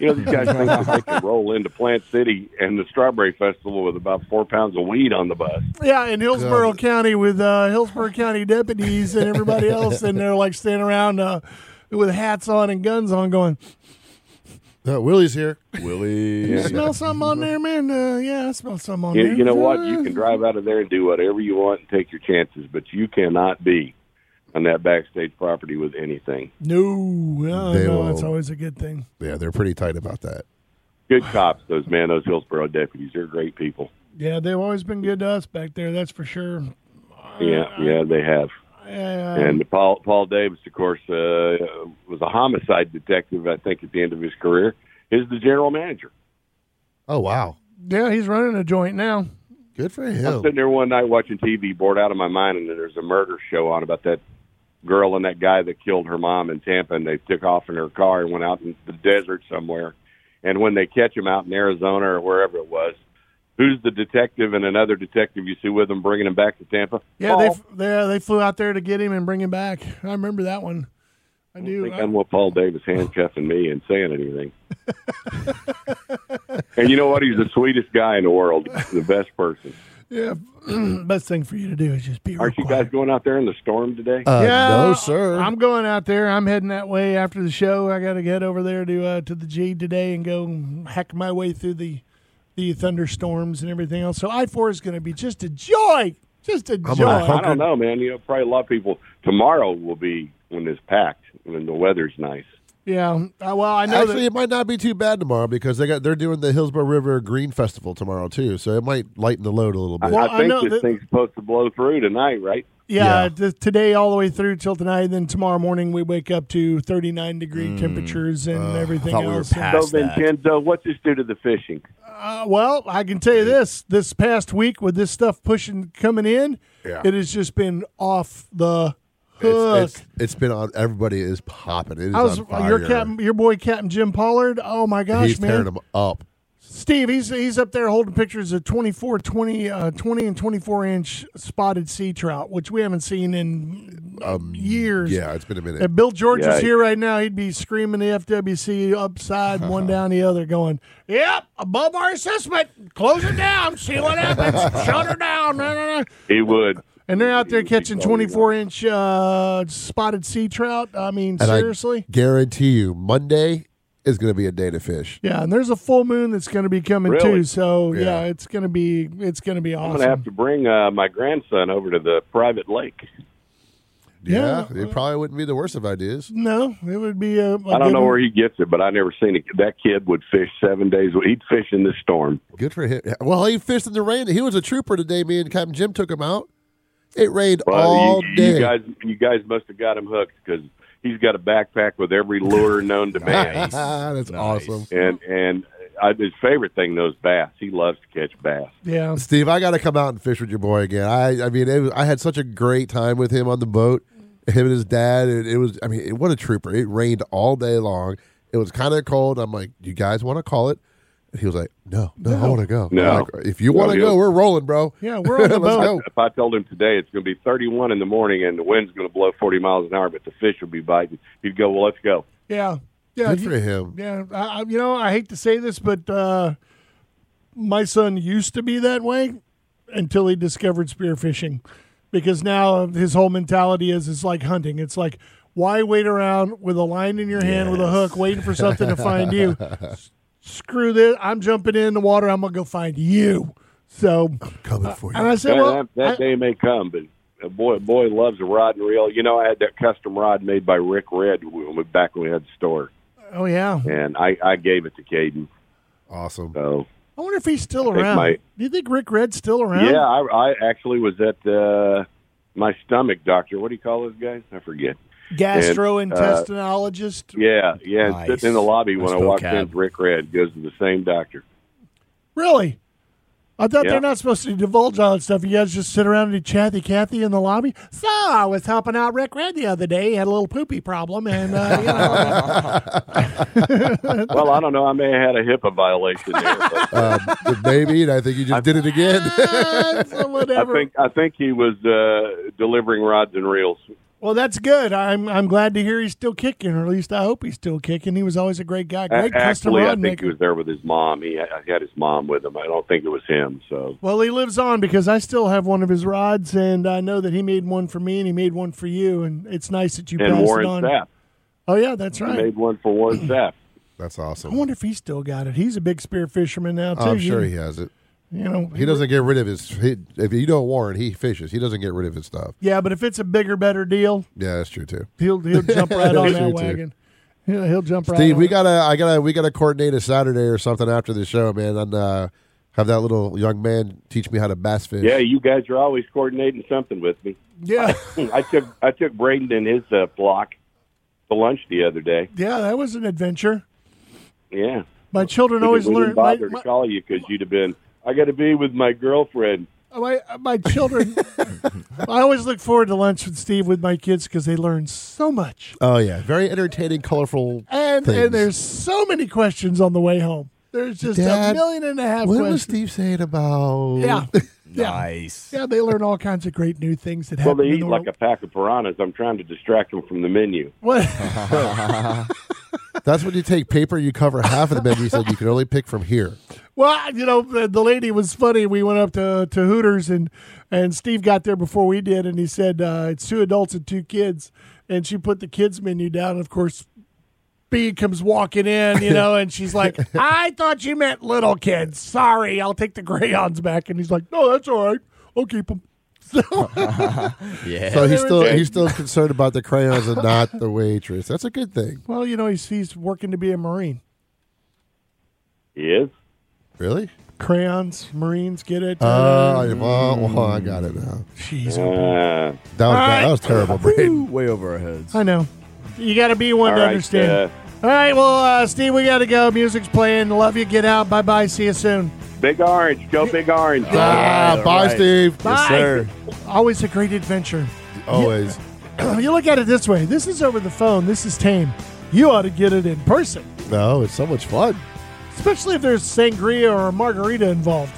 you know these guys think that they can roll into Plant City and the Strawberry Festival with about four pounds of weed on the bus. yeah in Hillsborough County with uh, Hillsborough County deputies and everybody else, and they're like standing around. Uh, with hats on and guns on going, Uh, Willie's here. Willie. you smell something on there, man? Uh, yeah, I smell something on You, there. you know what? You can drive out of there and do whatever you want and take your chances, but you cannot be on that backstage property with anything. No, Uh, no, They no it's will. always a good thing. Yeah, they're pretty tight about that. Good cops, those man, those Hillsborough deputies. They're great people. Yeah, they've always been good to us back there, that's for sure. Uh, Yeah, yeah, they have. Yeah. And Paul Paul Davis, of course, uh, was a homicide detective. I think at the end of his career, is the general manager. Oh wow, yeah, he's running a joint now. good for I'm him. sitting there one night watching TV, bored out of my mind, and there's a murder show on about that girl and that guy that killed her mom in Tampa, and they took off in her car and went out in the desert somewhere. And when they catch him out in Arizona or wherever it was, who's the detective and another detective you see with them bringing him back to Tampa? Yeah, they Paul. f- they uh, they flew out there to get him and bring him back. I remember that one. I I do. think I don't want Paul Davis handcuffing me and saying anything. and you know what? He's the sweetest guy in the world, the best person. yeah, best thing for you to do is just be. real Aren't you quiet. guys going out there in the storm today? Uh, Yeah, no sir. I'm going out there. I'm heading that way after the show. I got to get over there to uh, to the G today and go hack my way through the the thunderstorms and everything else. So I four is going to be just a joy, just a gonna joy. I don't know, man. You know, probably a lot of people. Tomorrow will be when it's packed, when the weather's nice. yeah. Uh, well, I know Actually, that. it might not be too bad tomorrow because they got they're doing the Hillsborough River Green Festival tomorrow too, so it might lighten the load a little I, bit. Well, I I think know this that- thing's supposed to blow through tonight, right? Yeah, yeah. t- today all the way through till tonight. And then tomorrow morning we wake up to 39 degree Mm. temperatures and everything thought we were else. past- So That's that. Vincenzo, what's this do to the fishing? Uh, well, I can tell you this: this past week with this stuff pushing coming in, Yeah. it has just been off the hook. It's, it's, it's been on. Everybody is popping. It is I was uh, on fire. your captain, your boy Captain Jim Pollard. Oh my gosh, He's tearing man, them up. Steve, he's he's up there holding pictures of 24, 20, uh, 20 and twenty four inch spotted sea trout, which we haven't seen in years. Um, Yeah, it's been a minute. If Bill George Yeah. was here right now, he'd be screaming the FWC upside one down the other, going, "Yep, above our assessment, close it down, see what happens, shut her down." Nah, nah, nah." He would. And they're out there catching He's probably twenty four inch uh, spotted sea trout. I mean, And I seriously. guarantee you, Monday is going to be a day to fish. Yeah, and there's a full moon that's going to be coming Really? too. So yeah. Yeah. it's going to be it's going to be I'm awesome. going to have to bring uh, my grandson over to the private lake. Yeah, Yeah. it probably wouldn't be the worst of ideas. no, it would be uh, a. I a don't good know one. where he gets it, but I never seen it. That kid would fish seven days. a week. He'd fish in the storm. Good for him. Well, he fished in the rain. He was a trooper today. Me and Captain Jim took him out. It rained But all you, day. you guys, you guys must have got him hooked because he's got a backpack with every lure known to man. That's awesome. and and I, his favorite thing those bass. He loves to catch bass. Yeah, Steve, I got to come out and fish with your boy again. I, I mean, it was, I had such a great time with him on the boat. Him and his dad. It, it was, I mean, it, what a trooper! It rained all day long. It was kind of cold. I'm like, you guys want to call it? And he was like, no, no, I want to go. No. I'm like, if you want No, to you- go, we're rolling, bro. Yeah, we're on the Let's boat. go. If I told him today it's going to be 31 in the morning and the wind's going to blow 40 miles an hour, but the fish will be biting, he'd go, "Well, let's go." yeah, yeah. Good you- for him. Yeah, I, I- you know, I hate to say this, but uh, my son used to be that way until he discovered spearfishing, because now his whole mentality is it's like hunting. It's like why wait around with a line in your hand with a hook, waiting for something to find you. S- Screw this! I'm jumping in the water. I'm gonna go find you. So, Coming for and I you. said, Yeah, well, that that I- day may come, but a boy, a boy loves a rod and reel. You know, I had that custom rod made by Rick Red when we- back when we had the store, oh yeah. and I, I gave it to Caden. Awesome. So I wonder if he's still think around. my- Do you think Rick Red's still around? yeah, I, I actually was at uh, my stomach doctor. What do you call those guys? I forget. uh, gastrointestinologist. Yeah, yeah. Nice. Sitting in the lobby when Nice I walked in, vocab. Rick Red goes to the same doctor. Really? I thought Yeah. they're not supposed to divulge all that stuff. You guys just sit around and do chatty Cathy in the lobby. So I was helping out Rick Red the other day. He had a little poopy problem, and uh, you know, Well, I don't know. I may have had a HIPAA violation there. But um, maybe, and I think you just did it again. uh, so I whatever. think I think he was uh, delivering rods and reels. well, that's good. I'm I'm glad to hear he's still kicking, or at least I hope he's still kicking. He was always a great guy, great A- custom Actually, I rod think he maker. was there with his mom. He had, he had his mom with him. I don't think it was him. So Well, he lives on because I still have one of his rods, and I know that he made one for me, and he made one for you, and it's nice that you and passed it Warren on. Sapp. Oh yeah, that's I right. made one for one theft. That's I awesome. wonder if he still got it. He's a big spear fisherman now too. I'm You- sure he has it. You know He doesn't get rid of his. He, if you know Warren, he fishes. He doesn't get rid of his stuff. Yeah, but if it's a bigger, better deal, Yeah, that's true too. he'll he'll jump right on Sure that too. wagon. Yeah, he'll jump right. Steve, on we it. gotta, I gotta, we gotta coordinate a Saturday or something after the show, man, and uh, have that little young man teach me how to bass fish. Yeah, you guys are always coordinating something with me. yeah, I took I took Braden and his uh, flock to lunch the other day. yeah. That was an adventure. Yeah, My children We always didn't- we learn. didn't My, bother my- to call you because you'd have been. I got to be with my girlfriend. my, my children. I always look forward to lunch with Steve with my kids because they learn so much, Oh yeah, very entertaining, colorful. and Things. and there's so many questions on the way home. There's just Dad, a million and a half What was questions. Steve saying about? Yeah, yeah, Nice. yeah. They learn all kinds of great new things that Well, happen. they in eat the like a world. pack of piranhas. I'm trying to distract them from the menu. What? that's when you take paper, you cover half of the menu, you said you can only pick from here. Well, you know, the, the lady was funny. We went up to, to Hooters and and Steve got there before we did, and he said uh, it's two adults and two kids, and she put the kids menu down. And of course, B comes walking in, you know, and she's like, "I thought you meant little kids. Sorry, I'll take the crayons back." And he's like, "No, that's all right. I'll keep them." So, Yeah. So he's still he's still concerned about the crayons and not the waitress. That's a good thing, well, you know, he's he's working to be a marine. Yes. really. Crayons, marines, get it? Uh, Oh, yeah, well, well, I got it now. Jeez, Uh, That was bad. right. that was terrible, Braden. way over our heads. I know. You got to be one all to right. understand. uh, All right, well, uh, Steve, we got to go. Music's playing. Love you. Get out. Bye bye. See you soon. Big Orange. Go Big Orange. Ah, all bye, right. Steve. Bye. sir. Always a great adventure. Always. you look at it this way this is over the phone, this is tame. You ought to get it in person, No, it's so much fun. especially if there's sangria or margarita involved.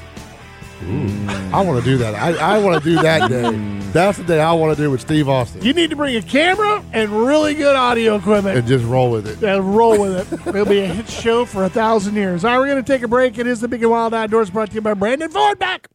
I want to do that. I, I want to do that day. That's the day I want to do with Steve Austin You need to bring a camera and really good audio equipment. and just roll with it. And roll with it. It'll be a hit show for a thousand years. All right, we're going to take a break. It is the Big and Wild Outdoors brought to you by Brandon Ford back.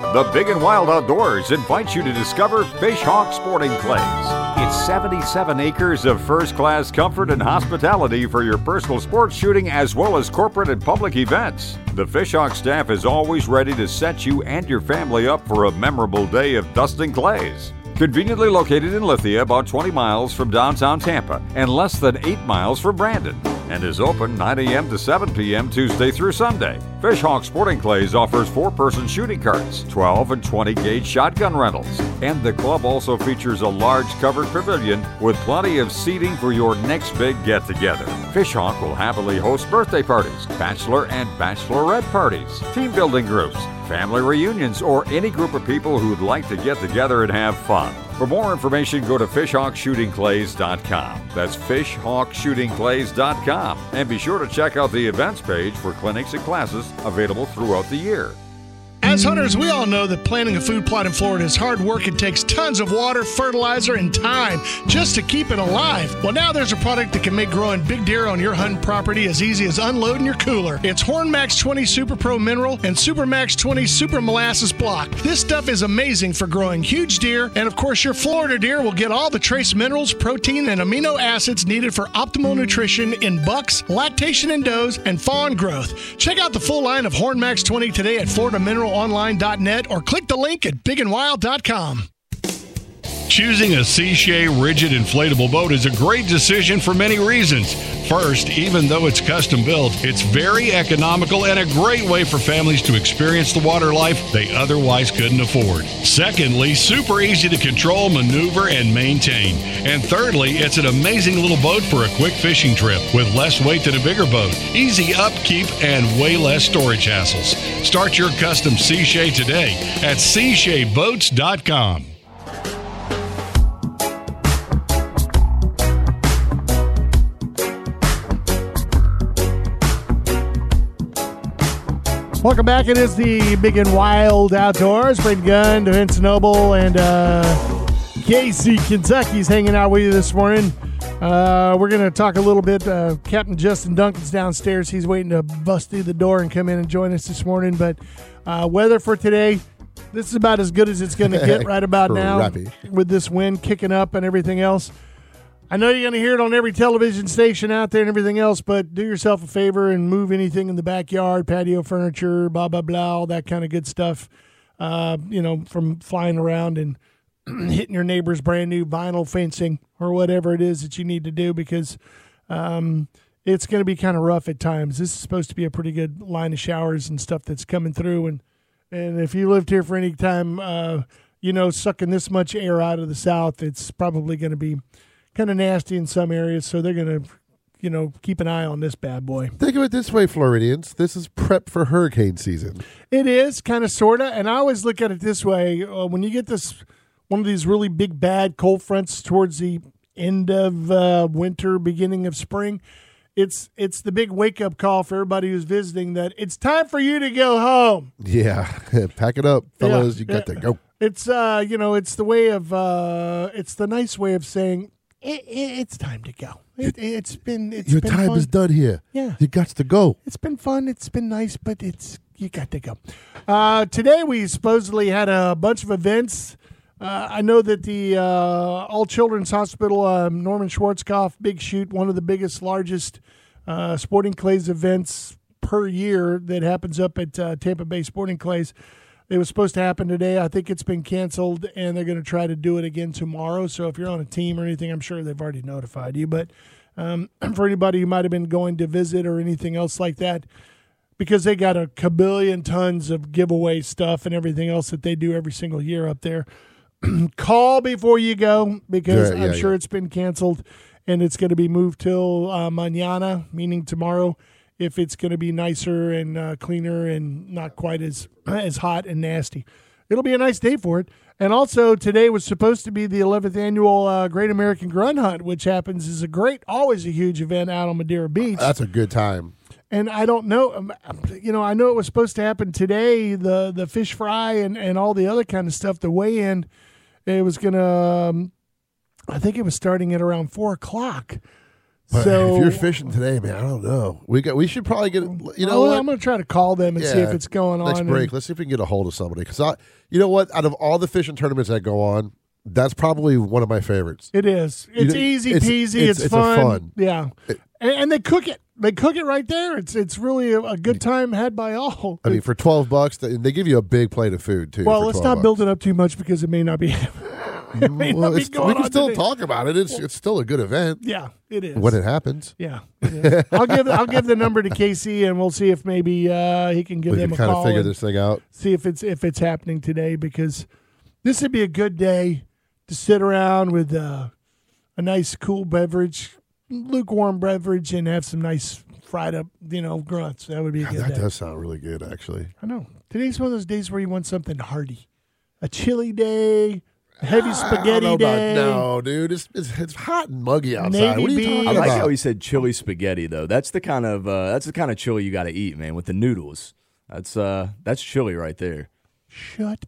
The Big and Wild Outdoors invites you to discover Fishhawk Sporting Clays. It's 77 acres of first class comfort and hospitality for your personal sports shooting as well as corporate and public events. The Fishhawk staff is always ready to set you and your family up for a memorable day of dusting clays. Conveniently located in Lithia, about 20 miles from downtown Tampa and less than 8 miles from Brandon, and is open 9 a.m. to 7 p.m. Tuesday through Sunday. Fishhawk Sporting Clays offers four person shooting carts, 12 and 20 gauge shotgun rentals, and the club also features a large covered pavilion with plenty of seating for your next big get together. Fishhawk will happily host birthday parties, bachelor and bachelorette parties, team building groups, family reunions, or any group of people who'd like to get together and have fun. For more information, go to fishhawkshootingclays.com. That's fishhawkshootingclays.com. And be sure to check out the events page for clinics and classes available throughout the year. As hunters, we all know that planting a food plot in Florida is hard work. It takes tons of water, fertilizer, and time just to keep it alive. Well, now there's a product that can make growing big deer on your hunting property as easy as unloading your cooler. It's Horn Max 20 Super Pro Mineral and Super Max 20 Super Molasses Block. This stuff is amazing for growing huge deer, and of course, your Florida deer will get all the trace minerals, protein, and amino acids needed for optimal nutrition in bucks, lactation in does, and fawn growth. Check out the full line of Horn Max 20 today at FloridaMineralOnline.net or click the link at BigAndWild.com. Choosing a Seashay rigid inflatable boat is a great decision for many reasons. First, even though it's custom built, it's very economical and a great way for families to experience the water life they otherwise couldn't afford. Secondly, super easy to control, maneuver, and maintain. And thirdly, it's an amazing little boat for a quick fishing trip with less weight than a bigger boat, easy upkeep, and way less storage hassles. Start your custom Seashay today at seashayboats.com. Welcome back. It is the Big and Wild Outdoors. Brad Gunn, Vince Noble, and uh, Casey Kentucky's hanging out with you this morning. Uh, we're going to talk a little bit. Uh, Captain Justin Duncan's downstairs. He's waiting to bust through the door and come in and join us this morning. But uh, weather for today, this is about as good as it's going to get right about now Crappy. with this wind kicking up and everything else. I know you're going to hear it on every television station out there and everything else, but do yourself a favor and move anything in the backyard, patio furniture, blah blah blah, all that kind of good stuff. Uh, you know, from flying around and hitting your neighbor's brand new vinyl fencing or whatever it is that you need to do because um, it's going to be kind of rough at times. This is supposed to be a pretty good line of showers and stuff that's coming through, and and if you lived here for any time, uh, you know, sucking this much air out of the south, it's probably going to be kind of nasty in some areas. So they're going to, you know, keep an eye on this bad boy. Think of it this way, Floridians. This is prep for hurricane season. It is kind of sorta, and I always look at it this way: uh, when you get this one of these really big bad cold fronts towards the end of uh, winter, beginning of spring, it's it's the big wake up call for everybody who's visiting that it's time for you to go home. Yeah, pack it up, fellas. you got yeah. to go. It's uh, you know, it's the way of uh, it's the nice way of saying it, it, it's time to go. It, it's been it's Your been time fun. is done here. Yeah. you got to go. It's been fun. It's been nice, but it's you got to go. Uh, today we supposedly had a bunch of events. Uh, I know that the uh, All Children's Hospital, um, Norman Schwarzkopf Big Shoot, one of the biggest, largest uh, sporting clays events per year that happens up at uh, Tampa Bay Sporting Clays. It was supposed to happen today. I think it's been canceled, and they're going to try to do it again tomorrow. So if you're on a team or anything, I'm sure they've already notified you. But um, for anybody who might have been going to visit or anything else like that, because they got a kabillion tons of giveaway stuff and everything else that they do every single year up there. Call before you go because Yeah, I'm yeah, sure yeah. it's been canceled and it's going to be moved till uh, mañana, meaning tomorrow, if it's going to be nicer and uh, cleaner and not quite as as hot and nasty. It'll be a nice day for it. And also today was supposed to be the 11th annual uh, Great American Grunt Hunt, which happens is a great, always a huge event out on Madeira Beach That's a good time. and I don't know. um, You know, I know it was supposed to happen today. The the fish fry and and all the other kind of stuff. The weigh in, it was gonna. Um, I think it was starting at around four o'clock. But so if you're fishing today, man, I don't know. We got. We should probably get. You know I'll- what? Oh, I'm gonna try to call them and see if it's going next on. break. and- Let's see if we can get a hold of somebody. Because I, you know what? Out of all the fishing tournaments that go on, that's probably one of my favorites. it is. It's know, easy it's- peasy. It's, it's- it's a fun. fun. Yeah, and, and they cook it. They cook it right there. It's it's really a, a good time had by all. I mean, for twelve bucks, they they give you a big plate of food too. well, for let's 12 not bucks. build it up too much because it may not be. it may Well, not be it's- going we can on still today. talk about it. It's it's still a good event Yeah, it is. when it happens. Yeah, it is. I'll give I'll give the number to KC, and we'll see if maybe uh, he can give We them can a kind call. of figure and this thing out. See if it's if it's happening today because this would be a good day to sit around with uh, a nice cool beverage, lukewarm beverage, and have some nice fried up you know grunts. That would be a good That day. does sound really good, actually. I know today's one of those days where you want something hearty, a chili day, a heavy spaghetti Ah, I don't know about- day. no, dude, it's, it's it's hot and muggy outside. Navy what are you beans. I talking like how about? he said chili spaghetti though. That's the kind of uh, that's the kind of chili you got to eat, man, with the noodles. That's uh that's chili right there. Shut.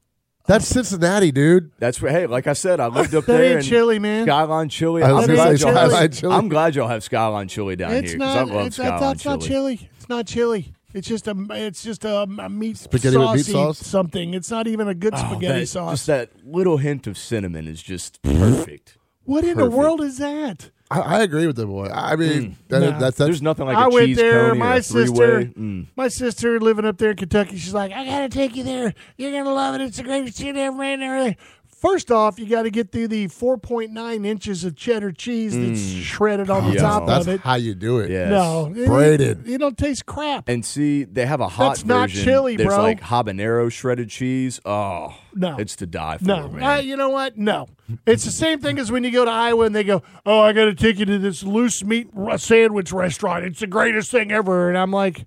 That's Cincinnati, dude. That's where hey, like I said, I lived up That there ain't and chili, man. Skyline chili. I I'm was gonna glad, say y'all have- Skyline chili. I'm glad y'all have Skyline chili down It's here because I not. love it's, Skyline that's, that's chili. not chili. It's not chili. It's just a. It's just a, a meat Spaghetti with meat saucy sauce? Something. It's not even a good Oh, spaghetti that- sauce. Just that little hint of cinnamon is just perfect. what in the perfect. world is that? I, I agree with the boy. I mean, that, Nah. that's that's Mm. There's nothing like a I went cheese there. coney or My a sister, three-way. Mm. my sister living up there in Kentucky. She's like, I gotta take you there. You're gonna love it. It's the greatest shit ever made. And everything. First off, you got to get through the 4.9 inches of cheddar cheese Mm. that's shredded on the Yeah. top that's of it. how you do it. Yeah. No, it- Braided. It, don't taste crap. And see, they have a hot That's not version. chili, There's bro. like habanero shredded cheese. Oh, No. it's to die for, No, man. uh, you know what? No, it's the same thing as when you go to Iowa and they go, "Oh, I got to take you to this loose meat r- sandwich restaurant. It's the greatest thing ever." And I'm like,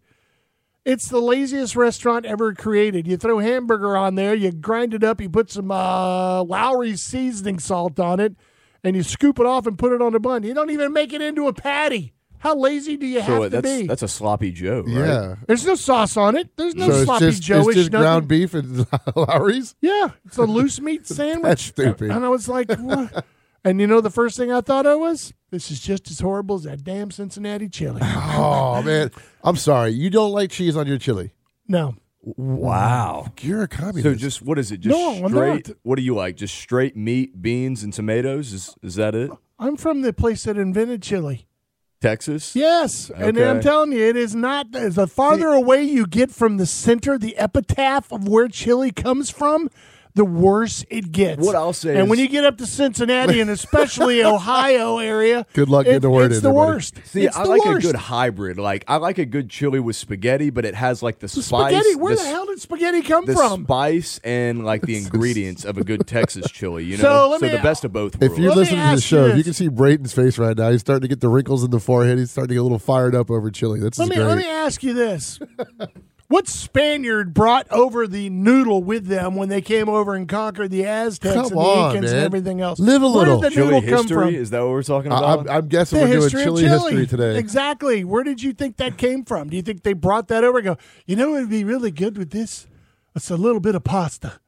"It's the laziest restaurant ever created. You throw hamburger on there, you grind it up, you put some uh, Lowry's seasoning salt on it, and you scoop it off and put it on a bun. You don't even make it into a patty. How lazy do you so have what, to that's be? that's a sloppy Joe, right? Yeah. There's no sauce on it. There's no so it's sloppy just, Joe. it's just ground beef and Lowry's. Yeah, it's a loose meat sandwich. That's stupid. And I was like, what? and you know, the first thing I thought I was, this is just as horrible as that damn Cincinnati chili. Oh man, I'm sorry. You don't like cheese on your chili. no, Wow. You're a communist. So just what is it? Just No, I'm straight. not. What do you like? Just straight meat, beans, and tomatoes. Is is that it? I'm from the place that invented chili. Texas. Yes, and I'm Okay. telling you, it is not. The farther away you get from the center, the epitaph of where chili comes from, the worse it gets. What I'll say and is- when you get up to Cincinnati and especially Ohio area, Good luck getting it- the word It's in the there, buddy. worst. See, It's I the like worst. a good hybrid. Like I like a good chili with spaghetti, but it has like the, spice. spaghetti. Where the, s- hell did spaghetti come the from? spice and like the ingredients of a good Texas chili, you know. So, let me- the best of both If worlds. you're Let me listening to the ask you show, if you this. can see Brayton's face right now. He's starting to get the wrinkles in the forehead. He's starting to get a little fired up over chili. That's let me great. let me ask you this: What Spaniard brought over the noodle with them when they came over and conquered the Aztecs Come and the on, Incans man. and everything else? Live a little. Where did the chili noodle come history from? is that what we're talking I, about? am I'm guessing the we're doing history of chili, chili history today. Exactly. Where did you think that came from? Do you think they brought that over? and Go. You know, it'd be really good with this. It's a little bit of pasta.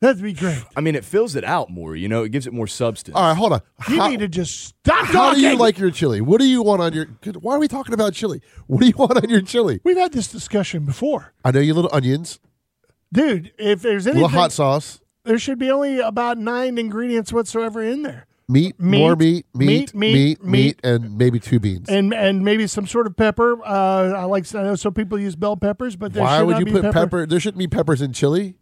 That'd be great. I mean, it fills it out more. You know, it gives it more substance. All right, hold on. You How- need to just stop talking. How do you like your chili? What do you want on your? good- Why are we talking about chili? What do you want on your chili? We've had this discussion before, I know you little onions, dude. If there's a little anything, hot sauce, there should be only about nine ingredients whatsoever in there. meat, Meat, more meat, meat, meat, meat, meat, meat, meat. and maybe two beans. and and maybe some sort of pepper. Uh, I like I know some people use bell peppers, but there Why should would not you be put pepper? pepper. There shouldn't be peppers in chili.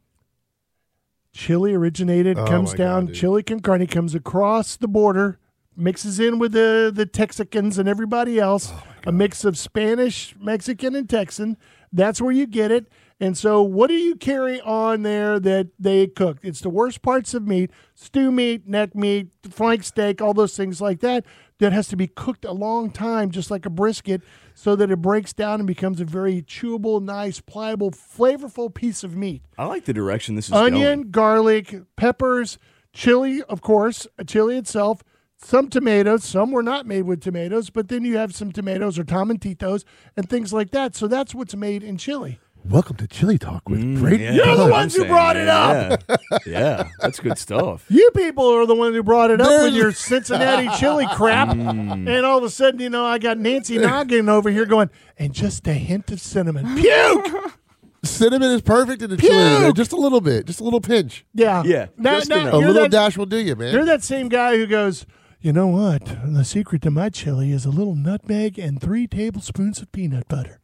Chili originated Oh comes my down. God, dude. chili con carne comes across the border, mixes in with the the Texicans and everybody Oh else. a mix of Spanish, Mexican, and Texan. That's where you get it. And so, what do you carry on there that they cooked? It's the worst parts of meat: stew meat, neck meat, flank steak, all those things like that. That has to be cooked a long time, just like a brisket, so that it breaks down and becomes a very chewable, nice, pliable, flavorful piece of meat I like the direction this is onion, garlic, peppers, chili, of course, uh, chili itself, some tomatoes. Some were not made with tomatoes, but then you have some tomatoes or tomantitos and things like that. So that's what's made in chili. Welcome to Chili Talk with mm, going. Yeah, You're that's the what ones I'm who brought it man. Yeah. yeah, that's good stuff. You people are the one who brought it up There's- with your Cincinnati chili crap. Hmm. And all of a sudden, you know, I got Nancy Noggin over here going, and just a hint of cinnamon. Puke! Cinnamon is perfect in the chili. man. Just a little bit, just a little pinch. Yeah. Yeah, Now, just now, enough. A you're little that- dash will do you, man. You're that same guy who goes, you know what? The secret to my chili is a little nutmeg and three tablespoons of peanut butter.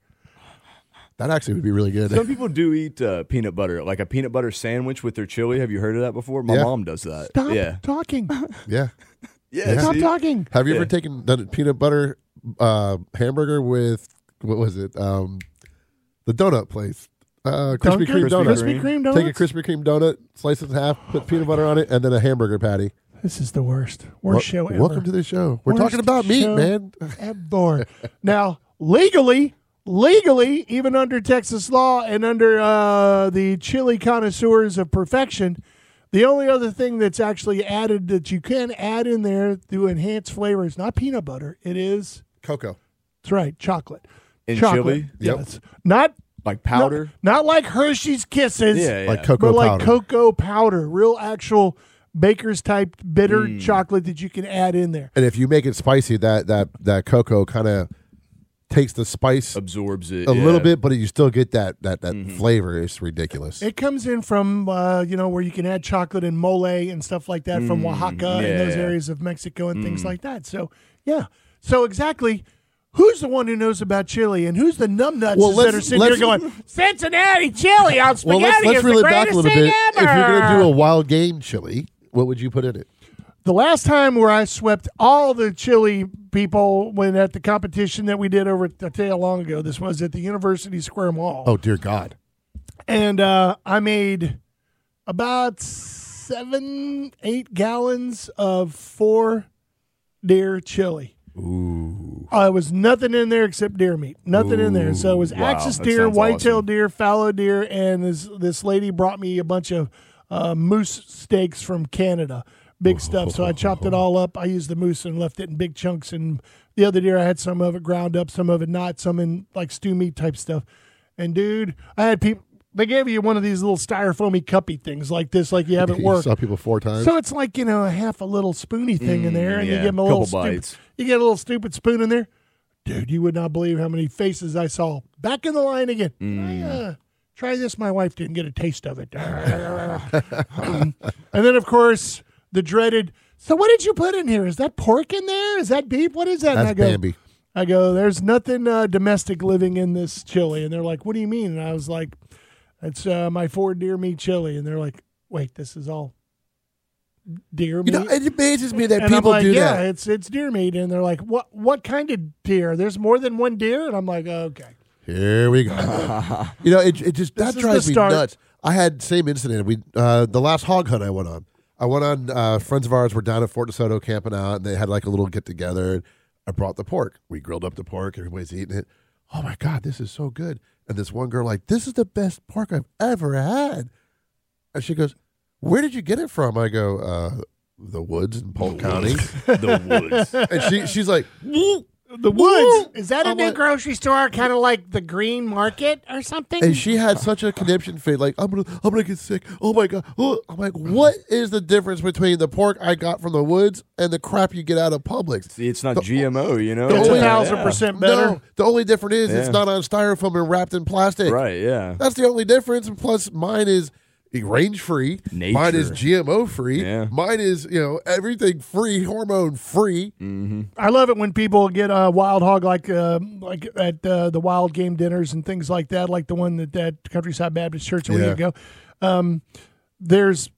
that actually would be really good. Some people do eat uh, peanut butter, like a peanut butter sandwich with their chili. Have you heard of that before? My Yeah. mom does that. Stop Yeah, talking. yeah. yeah. Stop see? talking. Have you ever Yeah. taken done a peanut butter uh, hamburger with what was it? Um, the donut place, uh, Dunkin'? Krispy Kreme donut. Krispy Kreme Take a donuts? Krispy Kreme donut, slice it in half, put peanut butter on it, and then a hamburger patty. This is the worst. Worst Wel- show ever. Welcome to the show. We're Worst talking about meat, show man. ever. now, legally, legally, even under Texas law and under uh, the chili connoisseurs of perfection, the only other thing that's actually added that you can add in there to enhance flavor is not peanut butter. It is Cocoa. That's right, chocolate. In chocolate. chili? Yep. Yes. Not Like powder. Not, not like Hershey's Kisses. Yeah, yeah. Like cocoa but like powder. cocoa powder, real actual baker's type bitter Mm. chocolate that you can add in there. and if you make it spicy, that that that cocoa kind of takes the spice a absorbs it yeah. Mm-hmm. little bit, but you still get that that that flavor. It's ridiculous. It comes in from uh, you know where you can add chocolate and mole and stuff like that from Oaxaca and those Mm, yeah. Mm. areas of Mexico and things like that. So yeah, so exactly. Who's the one who knows about chili, and who's the numbnuts Well, that let's- are sitting let's- there going Cincinnati chili on spaghetti well, let's let's is reel the it back a greatest little thing bit. If ever? you're gonna do a wild game chili, what would you put in it? the last time where I swept all the chili people when at the competition that we did over at the tail long ago, this was at the University Square Mall. Oh dear God! And uh, I made about seven, eight gallons of four deer chili. Ooh. Uh, it was nothing in there except deer meat. Nothing in there. So it was axis that deer, sounds whitetail awesome. deer, fallow deer, and this this lady brought me a bunch of uh, moose steaks from Canada. Big stuff. So I chopped it all up. I used the moose and left it in big chunks. And the other deer, I had some of it ground up, some of it not, some in like stew meat type stuff. And dude, I had people. They gave you one of these little styrofoamy cuppy things like this, like you have at You work. saw people four times. So it's like you know a half a little spoony thing in there, and you Mm, yeah, give them a couple little stupid, bites. you get a little stupid spoon in there, dude. You would not believe how many faces I saw back in the line again. Mm. Mm. I, uh, try this. My wife didn't get a taste of it, and then of course the dreaded So what did you put in here? Is that pork in there? Is that beef? What is that? and That's I go, Bambi. I go, there's nothing uh, domestic living in this chili. And they're like, what do you mean? And I was like, it's uh, my four deer meat chili. And they're like, wait, this is all deer meat. You know, it amazes me that and people I'm like, do yeah, that. it's it's deer meat. And they're like, what what kind of deer? There's more than one deer. And I'm like, okay. Here we go. you know, it, it just This that is drives the me start. nuts. I had same incident. We uh, the last hog hunt I went on. I went on. Uh, friends of ours were down at Fort DeSoto camping out, and they had like a little get together. I brought the pork. We grilled up the pork. Everybody's eating it. Oh my god, this is so good! And this one girl like, this is the best pork I've ever had. And she goes, "Where did you get it from?" I go, uh, "The woods in Polk County." the woods. and she she's like, The woods. Is that I a new want- grocery store kind of like the green market or something? and she had such a conniption fit. Like I'm gonna, I'm gonna get sick. Oh my god! Oh. I'm like, what is the difference between the pork I got from the woods and the crap you get out of Publix? See, it's not GMO, you know. the it's a only- thousand percent better. No, the only difference is it's Yeah. not on styrofoam and wrapped in plastic. Right, yeah. That's the only difference. And Plus, mine is range free. Mine is GMO free. Yeah. Mine is you know everything free, hormone free. Mm-hmm. I love it when people get a wild hog like uh, like at uh, the wild game dinners and things like that, like the one that that Countryside Baptist Church a week Yeah. ago. Um, there's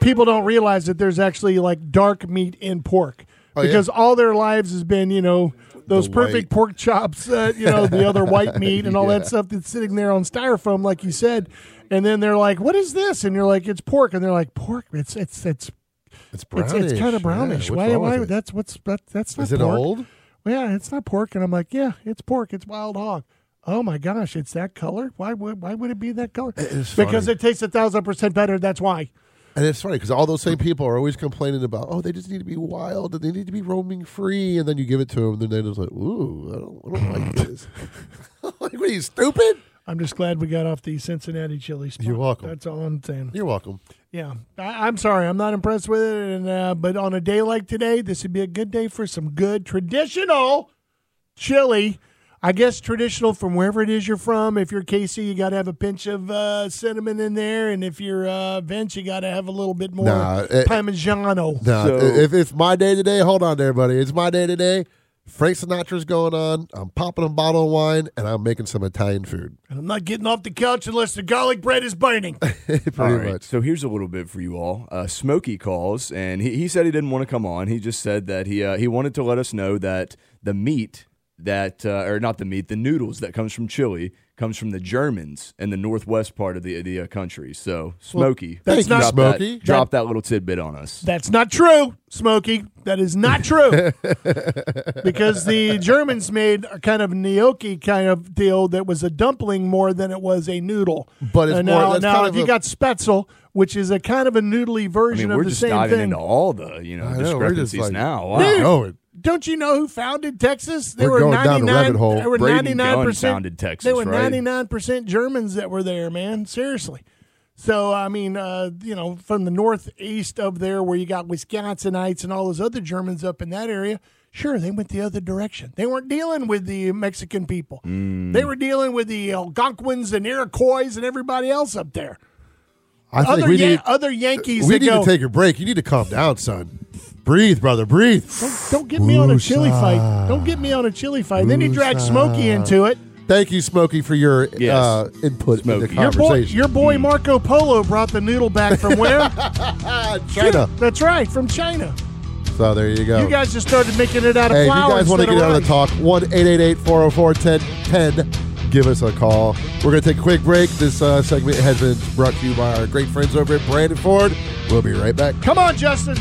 people don't realize that there's actually like dark meat in pork Oh, yeah. because all their lives has been you know those The perfect white. pork chops, uh, you know the other white meat and all that stuff that's sitting there on styrofoam, like you said. And then they're like, "What is this?" And you're like, "It's pork." And they're like, "Pork? It's it's it's It's it's, it's brownish. kind Yeah, of brownish. what's why? wrong Why? with it? That's what's that, that's not Is it pork. old? Yeah, it's not pork. And I'm like, yeah, it's pork. It's wild hog. Oh my gosh, it's that color. Why would why would it be that color? is because funny. it tastes a thousand percent better. That's why. And it's funny because all those same people are always complaining about, oh, they just need to be wild and they need to be roaming free. And then you give it to them, and then they're just like, ooh, I don't, I don't like this. like, what are you, stupid? I'm just glad we got off the Cincinnati chili spot. You're welcome. That's all I'm saying. You're welcome. Yeah, I, I'm sorry, I'm not impressed with it. And uh, but on a day like today, this would be a good day for some good traditional chili. I guess traditional from wherever it is you're from. If you're Casey, you got to have a pinch of uh, cinnamon in there, and if you're uh, Vince, you got to have a little bit more Nah, it- Parmigiano. Nah, So- if it's my day today, hold on there, buddy. It's my day today. Frank Sinatra's going on. I'm popping a bottle of wine and I'm making some Italian food. and I'm not getting off the couch unless the garlic bread is burning. Pretty All right, much. So here's a little bit for you all. Uh, Smokey calls, and he, he said he didn't want to come on. He just said that he uh, he wanted to let us know that the meat that uh, or not the meat, the noodles that comes from Chile comes from the Germans in the northwest part of the the uh, country. So Smokey, that's drop not- that- Smokey. Drop that little tidbit on us. That's not true, Smokey. That is not true. because the Germans made a kind of gnocchi kind of deal that was a dumpling more than it was a noodle. But it's And more- now, that's now kind if of you a- got spetzel, which is a kind of a noodly I version mean, we're of the just same diving thing. into all the you know, I know, we're just discrepancies like- now. Wow. Wow. Going. Don't you know who founded Texas? There We're going down the rabbit hole. There were Braden Gunn 99% founded Texas, There were right? 99% Germans that were there, man. Seriously. So I mean, uh, you know, from the northeast of there, where you got Wisconsinites and all those other Germans up in that area, sure, they went the other direction. They weren't dealing with the Mexican people. Mm. Mm. They were dealing with the Algonquins and Iroquois and everybody else up there. I think Other, we Yan- need, other Yankees. we that need go, to take a break. You need to calm down, son. Breathe, brother. Breathe. Don't get me on a chili Woosah. fight. Don't get me on a chili fight. Then he dragged Smokey uh, into it. Thank you, Smokey, for your uh, input Smokey. in the Your Your boy, conversation. your boy Marco Polo brought the noodle back from where? China. That's right, from China. So there you go. You guys just started making it out of Hey, if you flour. guys want to instead get out of rice. the talk, 1 404 1010. Give us a call. We're going to take a quick break. This uh, segment has been brought to you by our great friends over at Brandon Ford. We'll be right back. Come on, Justin.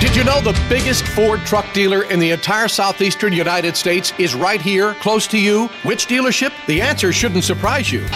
Did you know the biggest Ford truck dealer in the entire southeastern United States is right here, close to you? Which dealership? The answer shouldn't surprise you.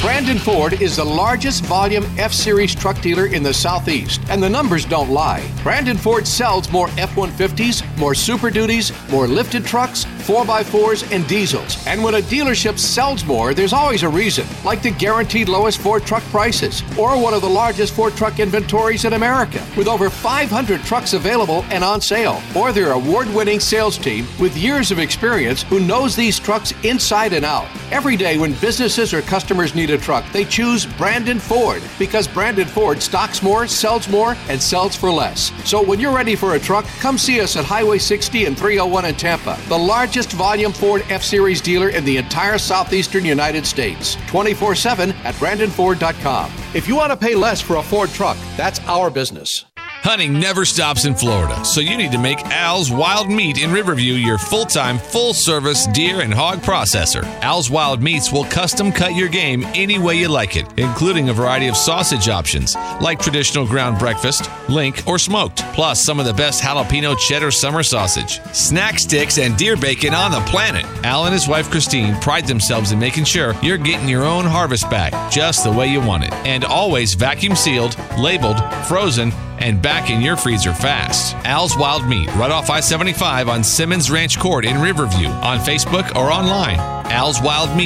Brandon Ford is the largest volume F Series truck dealer in the Southeast, and the numbers don't lie. Brandon Ford sells more F 150s, more Super Duties, more lifted trucks, 4x4s, and diesels. And when a dealership sells more, there's always a reason, like the guaranteed lowest Ford truck prices or one of the largest Ford truck inventories in America with over 500 trucks available and on sale, or their award winning sales team with years of experience who knows these trucks inside and out. Every day when businesses or customers need a truck, they choose Brandon Ford because Brandon Ford stocks more, sells more, and sells for less. So when you're ready for a truck, come see us at Highway 60 and 301 in Tampa, the largest volume Ford F Series dealer in the entire southeastern United States. 24 7 at BrandonFord.com. If you want to pay less for a Ford truck, that's our business. Hunting never stops in Florida, so you need to make Al's Wild Meat in Riverview your full time, full service deer and hog processor. Al's Wild Meats will custom cut your game any way you like it, including a variety of sausage options like traditional ground breakfast, link, or smoked, plus some of the best jalapeno cheddar summer sausage, snack sticks, and deer bacon on the planet. Al and his wife Christine pride themselves in making sure you're getting your own harvest back just the way you want it, and always vacuum sealed, labeled, frozen, and back in your freezer fast. Al's Wild Meat, right off I 75 on Simmons Ranch Court in Riverview, on Facebook or online.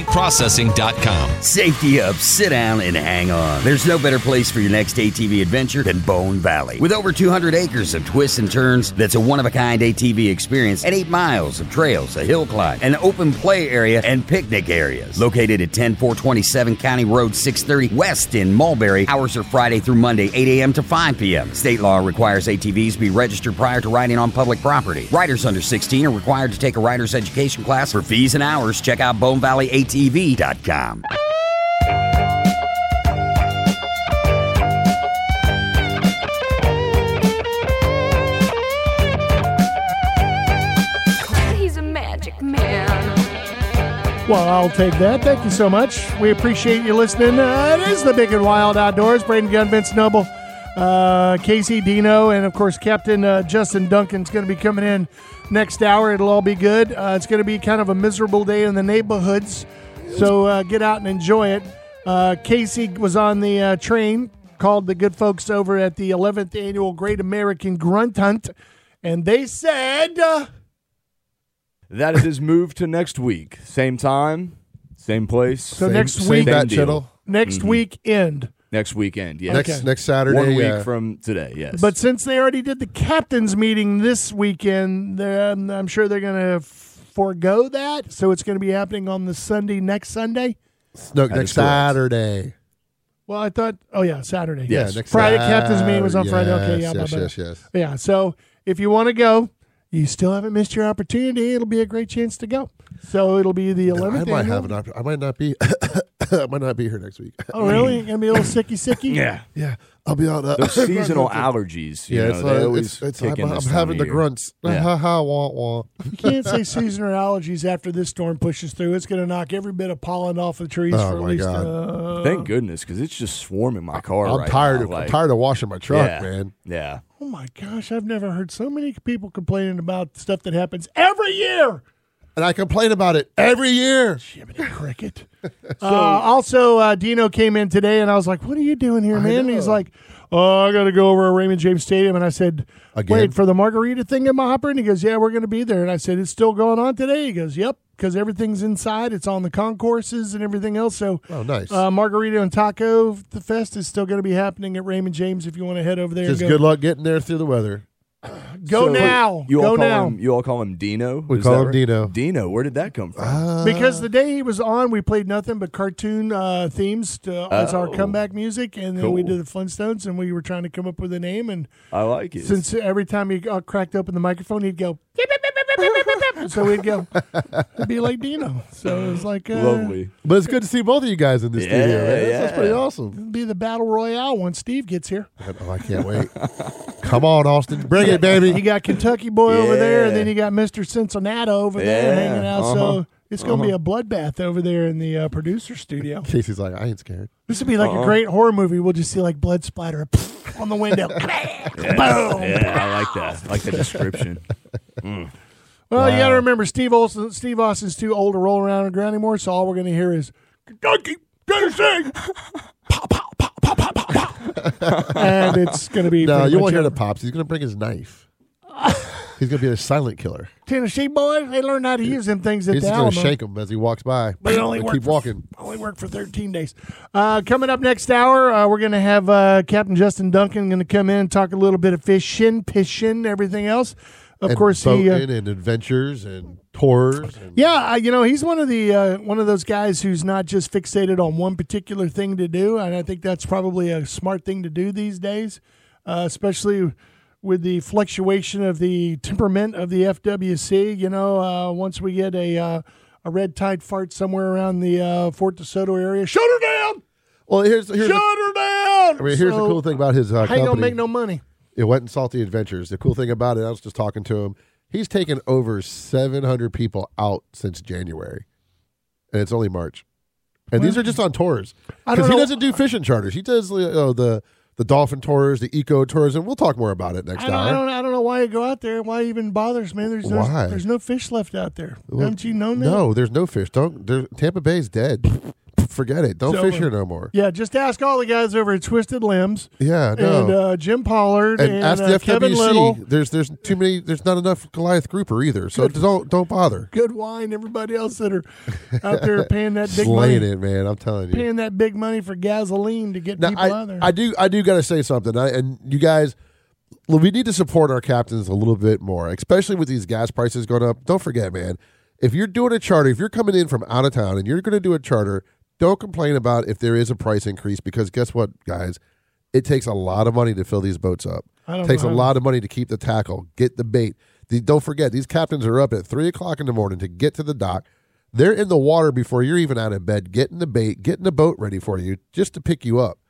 Al'sWildMeatProcessing.com. Safety up, sit down, and hang on. There's no better place for your next ATV adventure than Bone Valley. With over 200 acres of twists and turns, that's a one of a kind ATV experience, and eight miles of trails, a hill climb, an open play area, and picnic areas. Located at 10427 County Road 630 West in Mulberry, hours are Friday through Monday, 8 a.m. to 5 p.m. State law requires ATVs be registered prior to riding on public property. Riders under 16 are required to take a rider's education class. For fees and hours, check out BoneValleyATV.com. He's a magic man. Well, I'll take that. Thank you so much. We appreciate you listening. Uh, it is the Big and Wild Outdoors. Braden Gunn, Vince Noble, uh, Casey Dino, and of course Captain uh, Justin Duncan's going to be coming in next hour. It'll all be good. Uh, it's going to be kind of a miserable day in the neighborhoods, so uh, get out and enjoy it. Uh, Casey was on the uh, train, called the good folks over at the 11th annual Great American Grunt Hunt, and they said. Uh, That is his move to next week. Same time, same place. So same- next same week, deal. Mm-hmm. next weekend. Next weekend, yes. Next- Okay. next Saturday, One week yeah. from today, yes. But since they already did the captain's meeting this weekend, they're- um, I'm sure they're going to forego that. So it's going to be happening on the Sunday next Sunday. No, That next is correct. Saturday. Well, I thought, oh yeah, Saturday. Yes. next Friday captain's meeting was on Friday. Okay, yeah, Yes, my yes, bad. yes, yes. Yeah. So if you want to go, you still haven't missed your opportunity. It'll be a great chance to go. So it'll be the 11th. I might annual- have an op- I might not be. I might not be here next week. Oh really? You're gonna be a little sicky sicky. yeah. yeah, I'll be out. Uh, Those seasonal allergies. You Yeah, know, it's they like, always it's, it's, kick in I'm, I'm this time having of the year. grunts. Yeah. Ha ha, wah wah. You can't say seasonal allergies after this storm pushes through. It's going to knock every bit of pollen off the trees Oh, for at my least. God. Uh, Thank goodness, because it's just swarming my car I'm right tired now, of like- I'm tired of washing my truck, yeah, man. Yeah. oh my gosh, I've never heard so many people complaining about stuff that happens every year. And I complain about it every year. Jiminy cricket. uh, also, uh, Dino came in today, and I was like, "What are you doing here, man?" And he's know. like, "Oh, I got to go over to Raymond James Stadium." And I said, Again? "Wait for the margarita thing in my hopper." And he goes, "Yeah, we're going to be there." And I said, "It's still going on today." He goes, "Yep." Because everything's inside, it's on the concourses and everything else. So, Oh, nice. Uh, Margarita and Taco the Fest is still going to be happening at Raymond James. If you want to head over there, and Just go, good luck getting there through the weather. Go So- now, You go all call now. Him, you all call him Dino? We Is call that him right? Dino. Uh, Dino, where did that come from? Uh. because the day he was on, we played nothing but cartoon uh, themes to, as our Oh. comeback music, and then we Cool. did the Flintstones, and we were trying to come up with a name. And I like it. since every time he uh, cracked open the microphone, he'd go, "Yip, yip, yip, yip, yip, yip, yip, yip." so we'd go, it'd be like Dino. So it was like uh, Lovely. But it's good to see both of you guys in the studio. Yeah, man. That's, that's pretty yeah. awesome. Be the battle royale once Steve gets here. Oh, I can't wait. Come on, Austin, bring it, You baby. got Kentucky boy over there, and Yeah. then you got Mister Cincinnati over there Yeah, hanging out. So uh-huh, it's going to be a bloodbath over there in the uh, producer studio. Casey's like, I ain't scared. This would be Uh-huh. Uh-huh. like a great horror movie. We'll just see like blood splatter on the window. Boom. Yeah, I like that. I like the description. Mm. Well, you got to remember Steve Olsen. Steve Austin's too old to roll around on the ground anymore. So all we're going to hear is Kentucky, Tennessee, pow, pow, pow, pow, pow, pow, pow. and it's going to be No, pretty you much won't hear it. the pops. He's gonna bring his knife. He's gonna be a silent killer. Tennessee boys, they learned how to use them things at He's the just gonna Alamo. shake him as he walks by. But it only They worked keep for- walking. Only worked for 13 days. Uh, coming up next hour, uh, we're going to have uh, Captain Justin Duncan going to come in and talk a little bit of fishing, fishing, everything else. Of And course, he. Uh, boating and adventures and tours. And yeah, uh, you know he's one of the uh, one of those guys who's not just fixated on one particular thing to do, and I think that's probably a smart thing to do these days, uh, especially with the fluctuation of the temperament of the FWC. You know, uh, once we get a uh, a red tide fart somewhere around the uh, Fort DeSoto area, shut her down. Well, here's Shut here's. The, her down. I mean, here's the cool thing about his uh, How you gonna company. make no money? it wasn't Salty Adventures. The cool thing about it, I was just talking to him. He's taken over 700 people out since January, and it's only March. And these are just on tours I because don't he know- doesn't do fishing charters. He does you know, the the dolphin tours, the eco tours, and we'll talk more about it next I don't, I hour. don't. I don't know why you go out there. Why it even bothers, man? There's no, Why? There's no fish left out there. Well, Haven't you known that? No, there's no fish. Don't. there- Tampa Bay's dead. Forget it. Don't So, fish uh, here no more. Yeah, just ask all the guys over at Twisted Limbs Yeah, no. and uh, Jim Pollard and and, ask uh, the Kevin Little. FWC. There's there's too many. There's not enough Goliath grouper either. So don't don't bother. Good wine, everybody else that are out there paying that big Slaying money, it, man. I'm telling you. paying that big money for gasoline to get Now, people out I, there. I do I do got to say something, I, and you guys, well, we need to support our captains a little bit more, especially with these gas prices going up. Don't forget, man, if you're doing a charter, if you're coming in from out of town and you're going to do a charter, don't complain about if there is a price increase because guess what, guys, it takes a lot of money to fill these boats up. I don't It takes know a how- lot of money to keep the tackle, get the bait. The, don't forget, these captains are up at three o'clock in the morning to get to the dock. They're in the water before you're even out of bed, getting the bait, getting the boat ready for you, just to pick you up.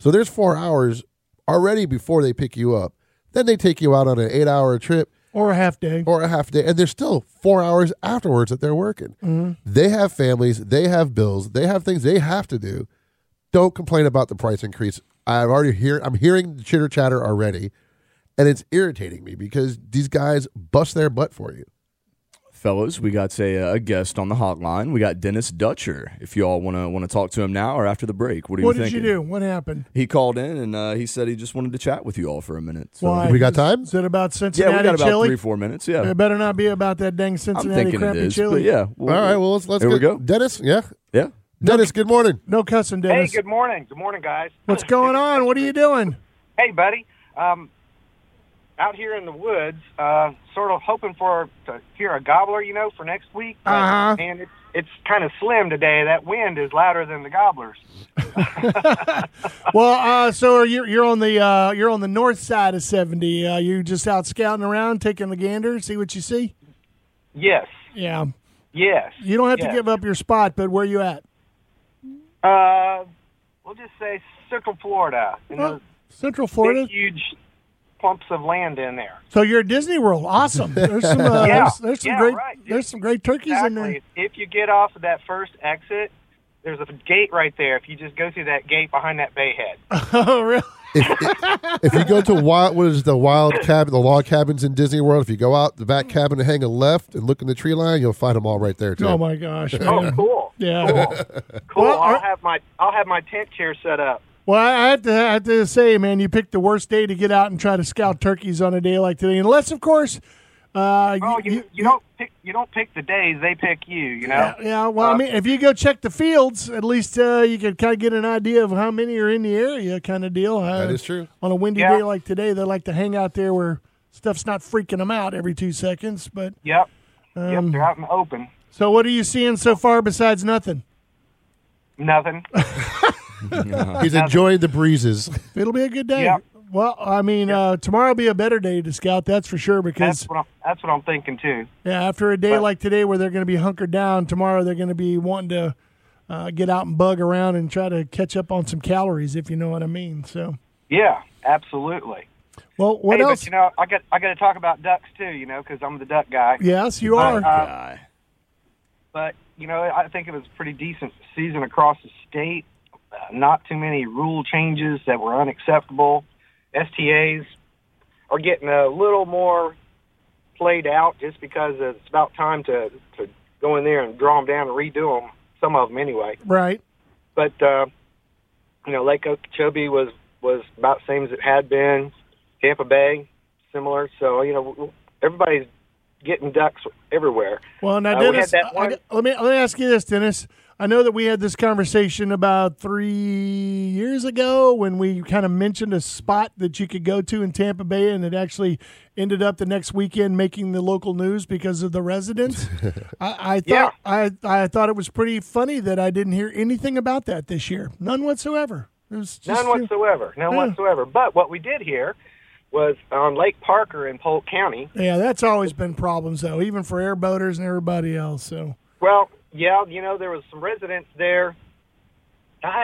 So there's four hours already before they pick you up. Then they take you out on an eight hour trip or a half day. or a half day, and there's still four hours afterwards that they're working. Mm-hmm. They have families, they have bills, they have things they have to do. Don't complain about the price increase. I've already hear I'm hearing the chitter chatter already, and it's irritating me because these guys bust their butt for you. fellas, we got a, a guest on the hotline. We got Dennis Dutcher. If you all want to want to talk to him now or after the break, what do What you did think? you do? What happened? He called in and uh, he said he just wanted to chat with you all for a minute. So. Why? we got time? Is it about Yeah, Cincinnati we got about chili? three four minutes. Yeah, It better not be about that dang I'm Cincinnati thinking it crappy is. chili. But yeah, All right, well let's let's Here we get- go. Dennis. Yeah, yeah. Dennis. Good morning. No cussing, Dennis. Hey, good morning. Good morning, guys. What's going on? What are you doing? Hey, buddy. Um, out here in the woods, uh, sort of hoping for to hear a gobbler, you know, for next week. Uh-huh. And it's it's kind of slim today. That wind is louder than the gobblers. Well, uh, so are you, you're on the uh, you're on the north side of seventy. Uh, you just out scouting around, taking the gander, see what you see. Yes, Yeah, yes. you don't have to yes. give up your spot, but where you at? Uh, we'll just say Central Florida. And Well, those Central Florida. big, huge clumps of land in there. So you're at Disney World. Awesome. There's some uh, Yeah. there's, there's some Yeah, great right. there's some great turkeys in there. Exactly. If you get off of that first exit, there's a gate right there. If you just go through that gate behind that bay head. oh, really? If, if, if you go to wild, what is the wild cabin, the log cabins in Disney World? If you go out the back cabin and hang a left and look in the tree line, you'll find them all right there too. Oh my gosh. Oh, man. cool. Yeah. Cool. cool. Well, are- I'll have my I'll have my tent chair set up. Well, I I have to I have to say, man, you picked the worst day to get out and try to scout turkeys on a day like today, unless, of course, uh, Oh, you, you don't pick you don't pick the days; they pick you. You know. Yeah, Oh, yeah, well, I Uh, mean, if you go check the fields, at least uh, you can kind of get an idea of how many are in the area, kind of deal. Uh, That is true. On a windy Yeah. day like today, they like to hang out there where stuff's not freaking them out every two seconds. But Yep. Um, yep. They're out in the open. so, what are you seeing so far besides nothing? Nothing. He's enjoying the breezes. It'll be a good day. Yep. Well, I mean, uh, tomorrow will be a better day to scout, that's for sure. Because that's what I'm, that's what I'm thinking too. yeah, after a day like today where they're going to be hunkered down, tomorrow they're going to be wanting to uh, get out and bug around and try to catch up on some calories, if you know what I mean. So, Yeah, absolutely. well, what hey, else? but you know, I got I got to talk about ducks too. You know, because I'm the duck guy. uh, Yes, you are. Guy. But you know, I think it was a pretty decent season across the state. Uh, not too many rule changes that were unacceptable. STAs are getting a little more played out just because it's about time to to go in there and draw them down and redo them. Some of them anyway. right. but uh, you know Lake Okeechobee was was about the same as it had been. Tampa Bay, similar. So you know everybody's getting ducks everywhere. Well, now, Uh, we had Dennis, that I- I- one- let me let me ask you this, Dennis. I know that we had this conversation about three years ago when we kind of mentioned a spot that you could go to in Tampa Bay, and it actually ended up the next weekend making the local news because of the residents. I, I thought Yeah. I, I thought it was pretty funny that I didn't hear anything about that this year, none whatsoever. It was just None whatsoever. None Yeah. whatsoever. But what we did here was on Lake Parker in Polk County. Yeah, that's always been problems though, even for airboaters and everybody else. So Well, yeah, you know, there was some residents there